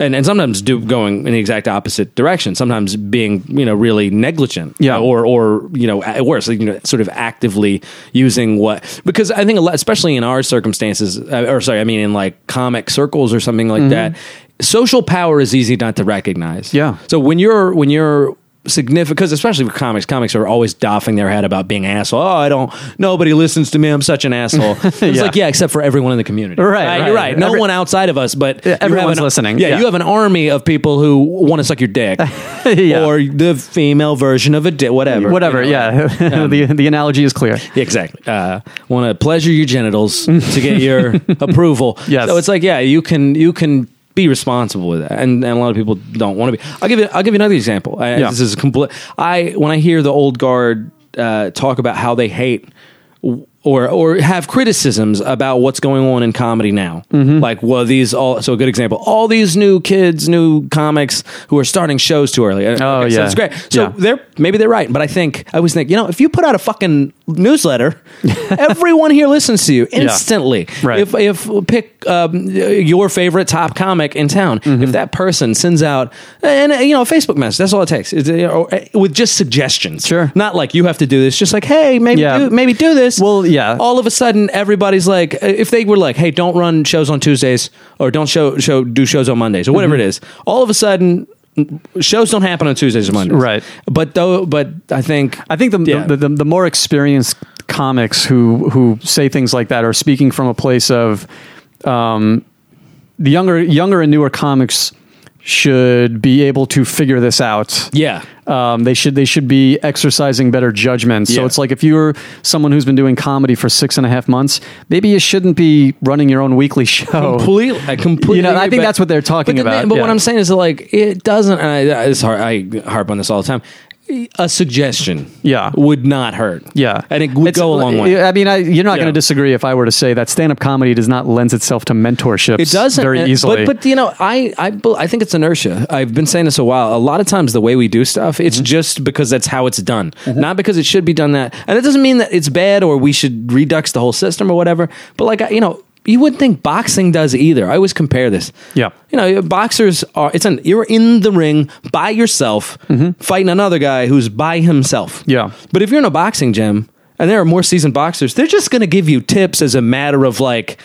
Speaker 9: And, and sometimes do going in the exact opposite direction. Sometimes being you know really negligent,
Speaker 2: Yeah.
Speaker 9: or or you know at worse, like, you know, sort of actively using what because I think a lot, especially in our circumstances, uh, or sorry, I mean in like comic circles or something like
Speaker 2: Mm-hmm.
Speaker 9: that, social power is easy not to recognize.
Speaker 2: Yeah.
Speaker 9: So when you're when you're significant, because especially with comics, comics are always doffing their head about being an asshole. Oh, I don't. Nobody listens to me. I'm such an asshole. It's
Speaker 2: [laughs] Yeah.
Speaker 9: like yeah, except for everyone in the community.
Speaker 2: Right,
Speaker 9: You're
Speaker 2: right.
Speaker 9: right. No
Speaker 2: Every-
Speaker 9: one outside of us, but
Speaker 2: Yeah,
Speaker 9: you have
Speaker 2: everyone's
Speaker 9: an-
Speaker 2: listening.
Speaker 9: Yeah,
Speaker 2: Yeah.
Speaker 9: You have an army of people who want to suck your dick,
Speaker 2: [laughs] Yeah.
Speaker 9: or the female version of a dick, whatever.
Speaker 2: Whatever.
Speaker 9: you know?
Speaker 2: yeah. [laughs] the the analogy is clear.
Speaker 9: Yeah, exactly. Uh, want to pleasure your genitals to get
Speaker 2: [laughs]
Speaker 9: your approval.
Speaker 2: Yes.
Speaker 9: So it's like, yeah, you can you can be responsible with that, and, and a lot of people don't want to be. I'll give you I'll give you another example. I,
Speaker 2: Yeah.
Speaker 9: This is complete. I when I hear the old guard uh, talk about how they hate. w- Or, or have criticisms about what's going on in comedy now.
Speaker 2: Mm-hmm.
Speaker 9: Like, well, these all, so a good example, all these new kids, new comics who are starting shows too early.
Speaker 2: Oh,
Speaker 9: So
Speaker 2: yeah.
Speaker 9: it's great. So
Speaker 2: Yeah.
Speaker 9: they're maybe they're right, but I think I always think you know if you put out a fucking
Speaker 2: [laughs]
Speaker 9: newsletter, everyone here listens to you instantly.
Speaker 2: Right.
Speaker 9: If if pick um, your favorite top comic in town,
Speaker 2: Mm-hmm.
Speaker 9: if that person sends out and uh, you know a Facebook message, that's all it takes, is, uh, or, uh, with just suggestions.
Speaker 2: Sure.
Speaker 9: not like you have to do this. Just like hey, maybe
Speaker 2: Yeah.
Speaker 9: do, maybe do this.
Speaker 2: Well, yeah.
Speaker 9: All of a sudden, everybody's like, uh, if they were like, hey, don't run shows on Tuesdays or don't show show do shows on Mondays or whatever
Speaker 2: Mm-hmm.
Speaker 9: it is. All of a sudden. Shows don't happen on Tuesdays or Mondays,
Speaker 2: Right.
Speaker 9: But though, but I think
Speaker 2: I think the,
Speaker 9: Yeah.
Speaker 2: the, the the more experienced comics who who say things like that are speaking from a place of um, the younger younger and newer comics should be able to figure this out.
Speaker 9: yeah,
Speaker 2: Um, they should they should be exercising better judgment. So
Speaker 9: Yeah.
Speaker 2: it's like if you're someone who's been doing comedy for six and a half months, maybe you shouldn't be running your own weekly [laughs] show.
Speaker 9: completely, I completely.
Speaker 2: Oh. You know, I
Speaker 9: agree,
Speaker 2: think
Speaker 9: but-
Speaker 2: that's what they're talking
Speaker 9: but the-
Speaker 2: about,
Speaker 9: but
Speaker 2: yeah.
Speaker 9: what I'm saying is that, like it doesn't. And I, it's hard, I harp on this all the time. A suggestion,
Speaker 2: Yeah.
Speaker 9: would not hurt.
Speaker 2: Yeah,
Speaker 9: and it would
Speaker 2: It's-
Speaker 9: go a long way.
Speaker 2: I mean, I, you're not
Speaker 9: Yeah.
Speaker 2: going to disagree if I were to say that stand-up comedy does not lends itself to mentorships.
Speaker 9: It doesn't
Speaker 2: very
Speaker 9: uh,
Speaker 2: easily.
Speaker 9: But, but you know, I, I bel- I think it's inertia. I've been saying this a while. A lot of times, the way we do stuff,
Speaker 2: Mm-hmm.
Speaker 9: it's just because that's how it's done, not because it should be done that. And it doesn't mean that it's bad or we should redux the whole system or whatever. But like I- you know. You wouldn't think boxing does either. I always compare this.
Speaker 2: Yeah.
Speaker 9: you know, boxers are. It's an you're in the ring by yourself, fighting another guy who's by himself.
Speaker 2: Mm-hmm. Yeah.
Speaker 9: But if you're in a boxing gym and there are more seasoned boxers, they're just going to give you tips as a matter of like,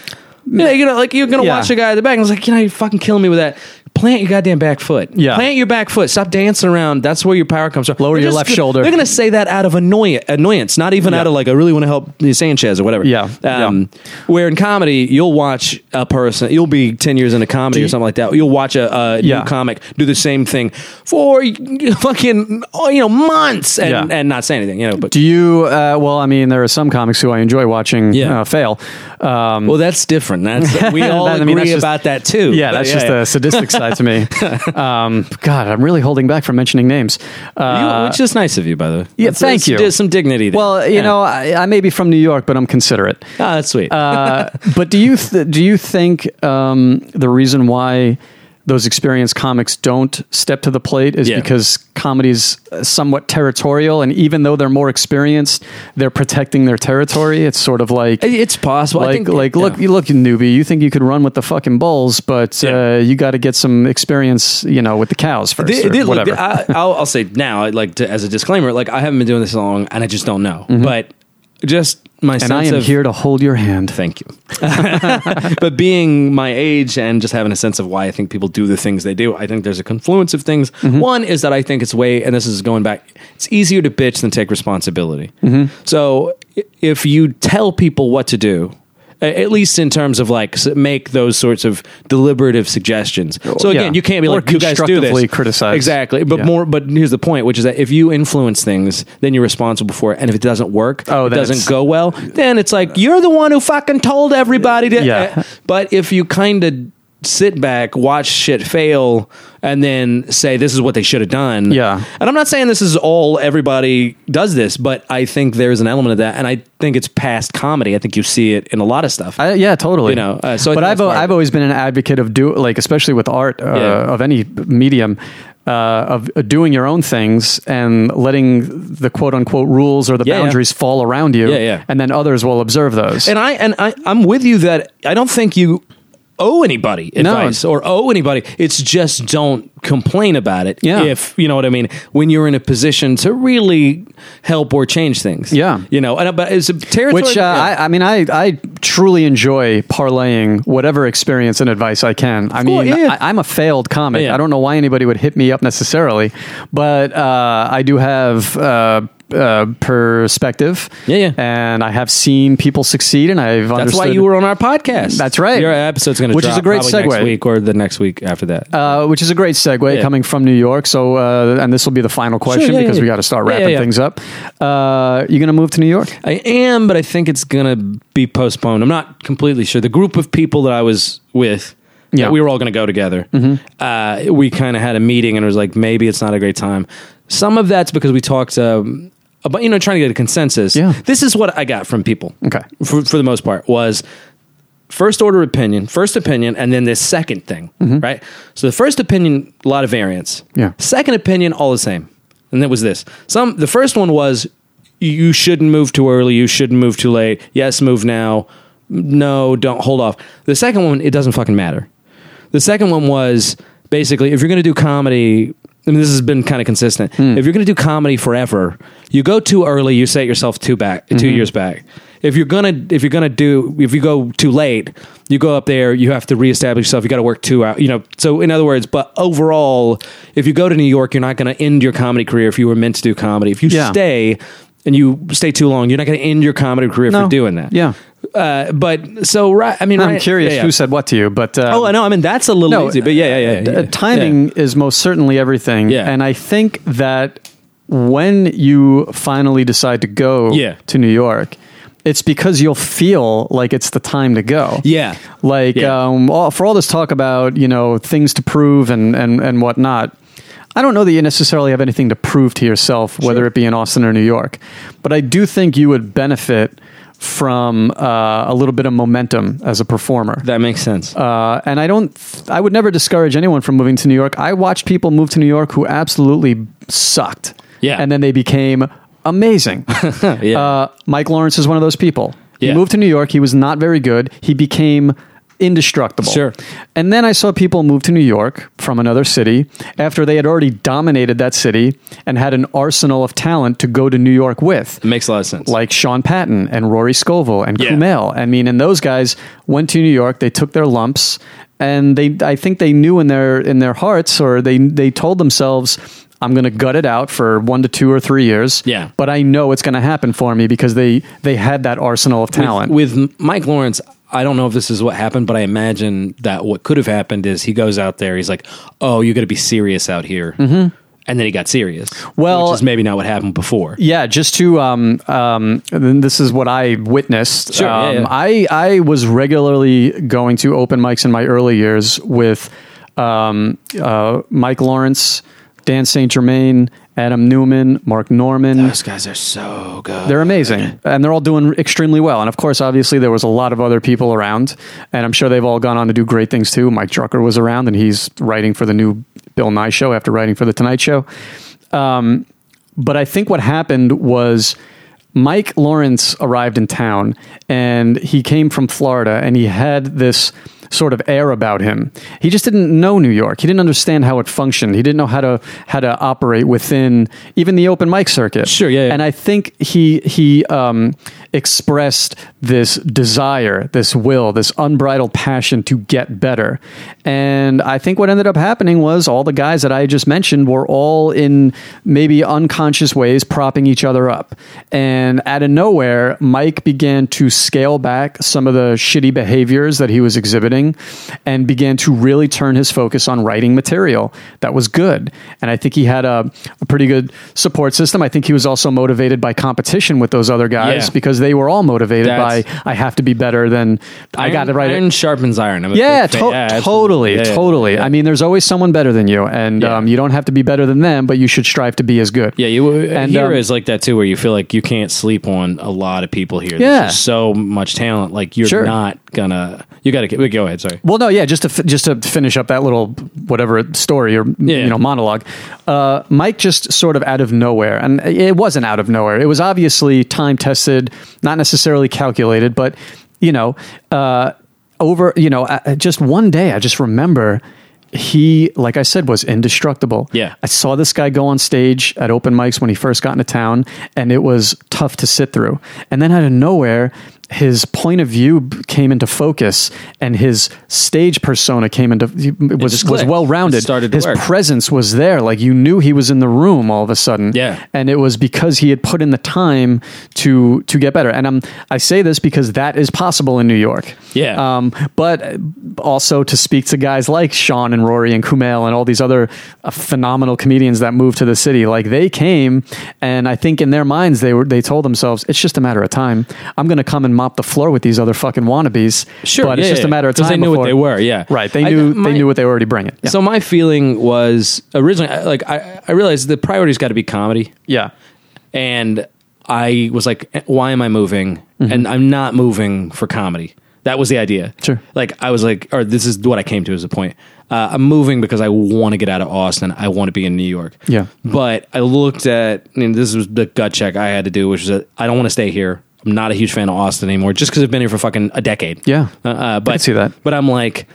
Speaker 9: you know, you know like you're going to
Speaker 2: Yeah.
Speaker 9: watch a guy at the back and it's like, you know, you're fucking killing me with that. Plant your goddamn back foot.
Speaker 2: Yeah.
Speaker 9: Plant your back foot. Stop dancing around. That's where your power comes from.
Speaker 2: Lower
Speaker 9: They're
Speaker 2: your
Speaker 9: just
Speaker 2: left
Speaker 9: gonna-
Speaker 2: shoulder.
Speaker 9: They're going to say that out of annoyance, annoyance not even out of like, I really want to help Sanchez or whatever.
Speaker 2: Yeah.
Speaker 9: Um, Where in comedy, you'll watch a person, you'll be 10 years into comedy or something like that. You'll watch a, a
Speaker 2: Yeah.
Speaker 9: new comic do the same thing for fucking, oh, you know, months and,
Speaker 2: Yeah.
Speaker 9: and not say anything, you know. But
Speaker 2: do you? Uh, well, I mean, there are some comics who I enjoy watching
Speaker 9: Yeah.
Speaker 2: uh, fail. Um,
Speaker 9: Well, that's different. That's we
Speaker 2: [laughs]
Speaker 9: all
Speaker 2: That- I mean,
Speaker 9: agree
Speaker 2: that's just-
Speaker 9: about that too.
Speaker 2: yeah, that's just the sadistic side that to
Speaker 9: [laughs]
Speaker 2: me. Um, God, I'm really holding back from mentioning names.
Speaker 9: You-
Speaker 2: Uh,
Speaker 9: which is nice of you, by the way.
Speaker 2: yeah,
Speaker 9: That's-
Speaker 2: thank
Speaker 9: that's-
Speaker 2: you.
Speaker 9: There's some dignity. There.
Speaker 2: well, you
Speaker 9: Yeah.
Speaker 2: know, I, I may be from New York, but I'm
Speaker 9: [laughs]
Speaker 2: considerate.
Speaker 9: Ah, that's sweet.
Speaker 2: Uh, but do you th- do you think um, the reason why those experienced comics don't step to the plate is
Speaker 9: Yeah.
Speaker 2: because comedy's uh, somewhat territorial, and even though they're more experienced, they're protecting their territory. It's sort of like
Speaker 9: It- it's possible.
Speaker 2: Like,
Speaker 9: Uh, I think,
Speaker 2: like,
Speaker 9: yeah.
Speaker 2: look, you look, newbie, you think you could run with the fucking bulls, but
Speaker 9: Yeah.
Speaker 2: uh, you got to get some experience, you know, with the cows first,
Speaker 9: They-
Speaker 2: or
Speaker 9: they- look,
Speaker 2: whatever.
Speaker 9: they- I, I'll, I'll say now, like to, as a disclaimer, like I haven't been doing this long, and I just don't know. But just my
Speaker 2: and I
Speaker 9: sense
Speaker 2: am
Speaker 9: of
Speaker 2: here to hold your hand.
Speaker 9: Thank you. [laughs] but being my age and just having a sense of why I think people do the things they do, I think there's a confluence of things.
Speaker 2: Mm-hmm.
Speaker 9: One is that I think it's way, and this is going back, it's easier to bitch than take responsibility.
Speaker 2: Mm-hmm.
Speaker 9: So i- if you tell people what to do, a- at least in terms of like s- make those sorts of deliberative suggestions. So
Speaker 2: Yeah.
Speaker 9: again, you can't be
Speaker 2: Or
Speaker 9: like you guys do
Speaker 2: constructively
Speaker 9: this.
Speaker 2: criticize.
Speaker 9: exactly. But
Speaker 2: Yeah.
Speaker 9: more. But here's the point, which is that if you influence things, then you're responsible for it. And if it doesn't work,
Speaker 2: Oh,
Speaker 9: it
Speaker 2: then
Speaker 9: doesn't
Speaker 2: it's-
Speaker 9: go well, then it's like you're the one who fucking told everybody to. eh.
Speaker 2: Yeah.
Speaker 9: But if you kind of sit back, watch shit fail, and then say this is what they should have done.
Speaker 2: Yeah.
Speaker 9: And I'm not saying this is all everybody does this, but I think there's an element of that, and I think it's past comedy. I think you see it in a lot of stuff.
Speaker 2: I, yeah, totally.
Speaker 9: You know, uh, so I
Speaker 2: but
Speaker 9: think
Speaker 2: I've
Speaker 9: that's part of
Speaker 2: I've
Speaker 9: it.
Speaker 2: always been an advocate of do like especially with art uh,
Speaker 9: Yeah.
Speaker 2: of any medium. Uh, of uh, doing your own things and letting the quote unquote rules or the
Speaker 9: Yeah, yeah.
Speaker 2: boundaries fall around you,
Speaker 9: Yeah, yeah.
Speaker 2: and then others will observe those.
Speaker 9: and I and I, I'm with you that I don't think you owe anybody
Speaker 2: No.
Speaker 9: advice or owe anybody. It's just don't complain about it.
Speaker 2: Yeah.
Speaker 9: If you know what I mean, when you're in a position to really help or change things.
Speaker 2: Yeah.
Speaker 9: You know, and but it's a territory.
Speaker 2: Which uh, I, I mean, I, I truly enjoy parlaying whatever experience and advice I can. I mean,
Speaker 9: course, yeah, yeah.
Speaker 2: I, I'm a failed comic.
Speaker 9: Yeah.
Speaker 2: I don't know why anybody would hit me up necessarily, but uh, I do have. Uh, uh, perspective,
Speaker 9: Yeah, yeah.
Speaker 2: and I have seen people succeed, and I've
Speaker 9: that's why
Speaker 2: understood-
Speaker 9: you were on our podcast.
Speaker 2: That's right.
Speaker 9: Your episode's going to
Speaker 2: Which is a great segue.
Speaker 9: next week or the next week after that.
Speaker 2: uh, which is a great segue
Speaker 9: Yeah.
Speaker 2: coming from New York. So, uh, and this will be the final question
Speaker 9: yeah,
Speaker 2: because
Speaker 9: yeah.
Speaker 2: we got to start
Speaker 9: Yeah, yeah,
Speaker 2: wrapping
Speaker 9: yeah.
Speaker 2: things up. Uh, you going to move to New York?
Speaker 9: I am, but I think it's going to be postponed. I'm not completely sure. The group of people that I was with,
Speaker 2: Yeah. Mm-hmm.
Speaker 9: that we were all going to go together. Uh, we kind of had a meeting and it was like, maybe it's not a great time. Some of that's because we talked um, about, you know, trying to get a consensus.
Speaker 2: Yeah.
Speaker 9: This is what I got from people.
Speaker 2: Okay.
Speaker 9: For, for the most part, was first order opinion, first opinion, and then this second thing, right? So the first opinion, a lot of variance.
Speaker 2: Yeah.
Speaker 9: Second opinion, all the same. And that was this. Some the first one was you shouldn't move too early, you shouldn't move too late. Yes, move now. No, don't hold off. The second one, it doesn't fucking matter. The second one was basically if you're going to do comedy, and this has been kind of consistent. If you're going to do comedy forever, you go too early, you set yourself two back, two years back. If you're gonna, if you're gonna do, if you go too late, you go up there, you have to reestablish yourself. You got to work two out, you know. So in other words, but overall, if you go to New York, you're not going to end your comedy career if you were meant to do comedy. If you
Speaker 2: Yeah.
Speaker 9: stay and you stay too long, you're not going to end your comedy career
Speaker 2: No.
Speaker 9: for doing that.
Speaker 2: Yeah.
Speaker 9: Uh, but so right, I mean,
Speaker 2: I'm
Speaker 9: right-
Speaker 2: curious
Speaker 9: yeah, yeah.
Speaker 2: who said what to you, but uh,
Speaker 9: Oh, I know. I mean, that's a little
Speaker 2: No,
Speaker 9: easy, but yeah, yeah, yeah.
Speaker 2: d-
Speaker 9: yeah.
Speaker 2: timing
Speaker 9: Yeah.
Speaker 2: is most certainly everything.
Speaker 9: Yeah.
Speaker 2: And I think that when you finally decide to go
Speaker 9: Yeah.
Speaker 2: to New York, it's because you'll feel like it's the time to go.
Speaker 9: Yeah.
Speaker 2: Like
Speaker 9: Yeah.
Speaker 2: Um, all, for all this talk about you know things to prove and and and whatnot. I don't know that you necessarily have anything to prove to yourself, whether it be in Austin or New York, but I do think you would benefit from uh, a little bit of momentum as a performer.
Speaker 9: That makes sense.
Speaker 2: Uh, and I don't, I would never discourage anyone from moving to New York. I watched people move to New York who absolutely sucked.
Speaker 9: Yeah.
Speaker 2: And then they became amazing.
Speaker 9: [laughs] yeah.
Speaker 2: uh, Mike Lawrence is one of those people. He
Speaker 9: Yeah.
Speaker 2: moved to New York. He was not very good. He became indestructible.
Speaker 9: Sure.
Speaker 2: And then I saw people move to New York from another city after they had already dominated that city and had an arsenal of talent to go to New York with
Speaker 9: it makes a lot of sense.
Speaker 2: like Sean Patton and Rory Scovel and
Speaker 9: Yeah.
Speaker 2: Kumail. I mean, and those guys went to New York. They took their lumps, and they I think they knew in their in their hearts, or they they told themselves. I'm going to gut it out for one to two or three years.
Speaker 9: Yeah.
Speaker 2: but I know it's going to happen for me because they they had that arsenal of talent.
Speaker 9: With, with Mike Lawrence, I don't know if this is what happened, but I imagine that what could have happened is he goes out there, he's like, "Oh, you got to be serious out here," mm-hmm. and then he got serious.
Speaker 2: Well-
Speaker 9: which is maybe not what happened before.
Speaker 2: Yeah, just to um um then this is what I witnessed.
Speaker 9: Sure, yeah,
Speaker 2: um,
Speaker 9: yeah.
Speaker 2: I I was regularly going to open mics in my early years with um, uh, Mike Lawrence, Dan St. Germain, Adam Newman, Mark Norman.
Speaker 9: Those guys are so good.
Speaker 2: They're
Speaker 9: [laughs]
Speaker 2: amazing, and they're all doing extremely well. And of course, obviously, there was a lot of other people around, and I'm sure they've all gone on to do great things too. Mike Drucker was around, and he's writing for the new Bill Nye show after writing for the Tonight Show. Um, but I think what happened was Mike Lawrence arrived in town, and he came from Florida, and he had this sort of air about him. He just didn't know New York. He didn't understand how it functioned. He didn't know how to how to operate within even the open mic circuit.
Speaker 9: Sure, yeah, yeah.
Speaker 2: And I think he he um, expressed this desire, this will, this unbridled passion to get better. And I think what ended up happening was all the guys that I just mentioned were all in maybe unconscious ways propping each other up. And out of nowhere, Mike began to scale back some of the shitty behaviors that he was exhibiting and began to really turn his focus on writing material that was good. And I think he had a, a pretty good support system. I think he was also motivated by competition with those other guys
Speaker 9: Yeah.
Speaker 2: because they were all motivated
Speaker 9: That's-
Speaker 2: by I have to be better than I got to write
Speaker 9: Iron
Speaker 2: it.
Speaker 9: sharpens iron. I'm a
Speaker 2: Yeah,
Speaker 9: big fan.
Speaker 2: to-
Speaker 9: absolutely.
Speaker 2: totally,
Speaker 9: Yeah, yeah,
Speaker 2: totally.
Speaker 9: yeah.
Speaker 2: I mean, there's always someone better than you, and
Speaker 9: Yeah.
Speaker 2: um, you don't have to be better than them, but you should strive to be as good.
Speaker 9: Yeah, you
Speaker 2: And,
Speaker 9: and here
Speaker 2: um,
Speaker 9: is like that too, where you feel like you can't sleep on a lot of people here. There's
Speaker 2: Yeah.
Speaker 9: just so much talent. Like you're
Speaker 2: Sure.
Speaker 9: not gonna. You got to go ahead. Sorry.
Speaker 2: Well, no, yeah, just to f- just to finish up that little whatever story or
Speaker 9: Yeah.
Speaker 2: you know monologue, uh, Mike just sort of out of nowhere, and it wasn't out of nowhere. It was obviously time tested, not necessarily calculated, but you know, uh, over you know, uh, just one day, I just remember he, like I said, was indestructible.
Speaker 9: Yeah.
Speaker 2: I saw this guy go on stage at open mics when he first got into town, and it was tough to sit through. And then out of nowhere, his point of view b- came into focus, and his stage persona came into it was was
Speaker 9: just clicked.
Speaker 2: well
Speaker 9: It
Speaker 2: rounded.
Speaker 9: started to
Speaker 2: His
Speaker 9: work.
Speaker 2: presence was there, like you knew he was in the room all of a sudden.
Speaker 9: Yeah.
Speaker 2: and it was because he had put in the time to to get better. And I'm I say this because that is possible in New York.
Speaker 9: Yeah.
Speaker 2: Um, but also to speak to guys like Sean and Rory and Kumail and all these other uh, phenomenal comedians that moved to the city. Like they came, and I think in their minds they were they told themselves it's just a matter of time. I'm going to come and mop the floor with these other fucking wannabes.
Speaker 9: Sure,
Speaker 2: but
Speaker 9: yeah,
Speaker 2: it's just
Speaker 9: yeah.
Speaker 2: a matter of
Speaker 9: 'Cause
Speaker 2: time.
Speaker 9: they knew what
Speaker 2: before-
Speaker 9: they were, yeah.
Speaker 2: right. They
Speaker 9: I-
Speaker 2: knew
Speaker 9: my-
Speaker 2: they knew what they were already bringing. Yeah.
Speaker 9: So my feeling was originally I- like I, I realized the priority's got to be comedy,
Speaker 2: yeah,
Speaker 9: and I was like, why am I moving?
Speaker 2: Mm-hmm.
Speaker 9: And I'm not moving for comedy. That was the idea.
Speaker 2: Sure.
Speaker 9: Like I was like, or this is what I came to as a point. Uh, I'm moving because I want to get out of Austin. I want to be in New York.
Speaker 2: Yeah.
Speaker 9: But I looked at, and this was the gut check I had to do, which is that I don't want to stay here. I'm not a huge fan of Austin anymore, just because I've been here for fucking a decade.
Speaker 2: Yeah.
Speaker 9: Uh, uh, but
Speaker 2: can see that.
Speaker 9: But I'm like,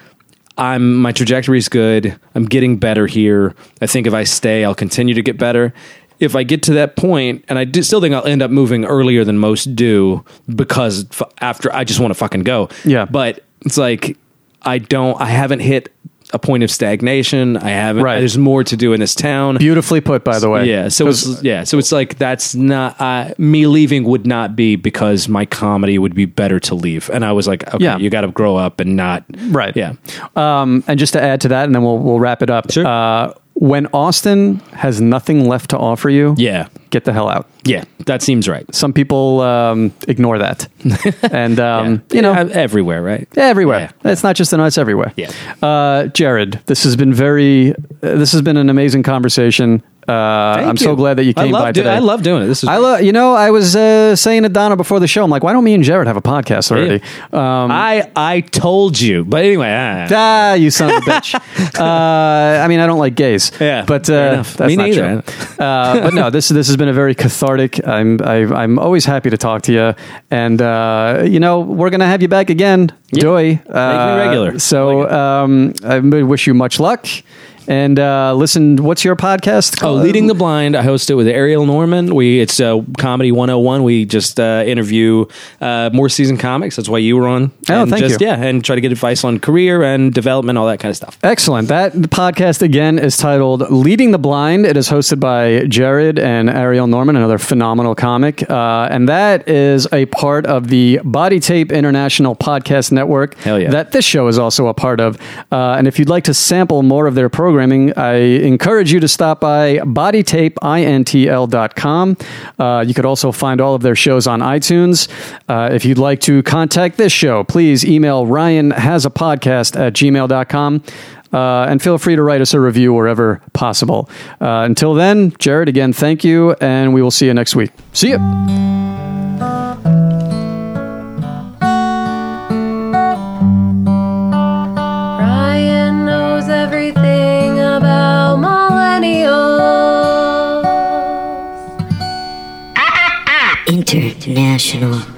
Speaker 9: I'm my trajectory is good. I'm getting better here. I think if I stay, I'll continue to get better. If I get to that point, and I do, still think I'll end up moving earlier than most do because f- after I just want to fucking go.
Speaker 2: Yeah.
Speaker 9: But it's like I don't. I haven't hit a point of stagnation. I haven't.
Speaker 2: Right.
Speaker 9: There's more to do in this town.
Speaker 2: beautifully put. By the way,
Speaker 9: Yeah, so
Speaker 2: 'Cause-
Speaker 9: it's, yeah, so it's like that's not uh, me leaving would not be because my comedy would be better to leave, and I was like, okay,
Speaker 2: Yeah.
Speaker 9: you got to grow up and not
Speaker 2: Right.
Speaker 9: yeah,
Speaker 2: Um, and just to add to that, and then we'll we'll wrap it up.
Speaker 9: Sure.
Speaker 2: Uh, when Austin has nothing left to offer you,
Speaker 9: yeah,
Speaker 2: get the hell out.
Speaker 9: yeah, that seems right.
Speaker 2: Some people um, ignore that,
Speaker 9: [laughs]
Speaker 2: and um,
Speaker 9: Yeah.
Speaker 2: you know,
Speaker 9: Yeah, everywhere, right?
Speaker 2: everywhere. It's not just in us; everywhere.
Speaker 9: Yeah.
Speaker 2: Uh, Jared, this has been very. Uh, this has been an amazing conversation. Uh, I'm so
Speaker 9: you.
Speaker 2: glad that you
Speaker 9: I
Speaker 2: came
Speaker 9: love
Speaker 2: by
Speaker 9: do-
Speaker 2: today.
Speaker 9: I love doing it. This is
Speaker 2: I love. You know, I was uh, saying to Donna before the show. I'm like, why don't me and Jared have a podcast already? Um,
Speaker 9: I I told you, but anyway, uh,
Speaker 2: [laughs] Ah, you son of a
Speaker 9: [laughs]
Speaker 2: bitch. uh, I mean, I don't like gays.
Speaker 9: Yeah,
Speaker 2: but
Speaker 9: fair
Speaker 2: uh,
Speaker 9: enough.
Speaker 2: that's
Speaker 9: Me
Speaker 2: not
Speaker 9: neither.
Speaker 2: true. Uh, but no, this this has been a very cathartic. I'm I, I'm always happy to talk to you, and uh, you know we're gonna have you back again, Joy. Uh,
Speaker 9: regular.
Speaker 2: So um, I wish you much luck, and uh, listen. What's your podcast?
Speaker 9: Oh,
Speaker 2: called?
Speaker 9: Leading the Blind. I host it with Ariel Norman. We it's uh, comedy 101. We just uh, interview uh, more seasoned comics. That's why you were on.
Speaker 2: Oh,
Speaker 9: and
Speaker 2: thank
Speaker 9: just,
Speaker 2: you.
Speaker 9: Yeah, and try to get advice on career and development, all that kind of stuff.
Speaker 2: Excellent. That podcast again is titled "Leading the Blind." It is hosted by Jared and Ariel Norman, another phenomenal comic, uh, and that is a part of the Body Tape International Podcast Network.
Speaker 9: Hell yeah.
Speaker 2: That this show is also a part of. Uh, and if you'd like to sample more of their programming, I encourage you to stop by bodytapeintl.com. Uh, you could also find all of their shows on iTunes. Uh, if you'd like to contact this show, please email Ryan has a podcast at gmail.com. Uh, and feel free to write us a review wherever possible. Uh, until then, Jared, again, thank you, and we will see you next week. See ya.
Speaker 8: Ryan knows everything about millennials.
Speaker 11: International.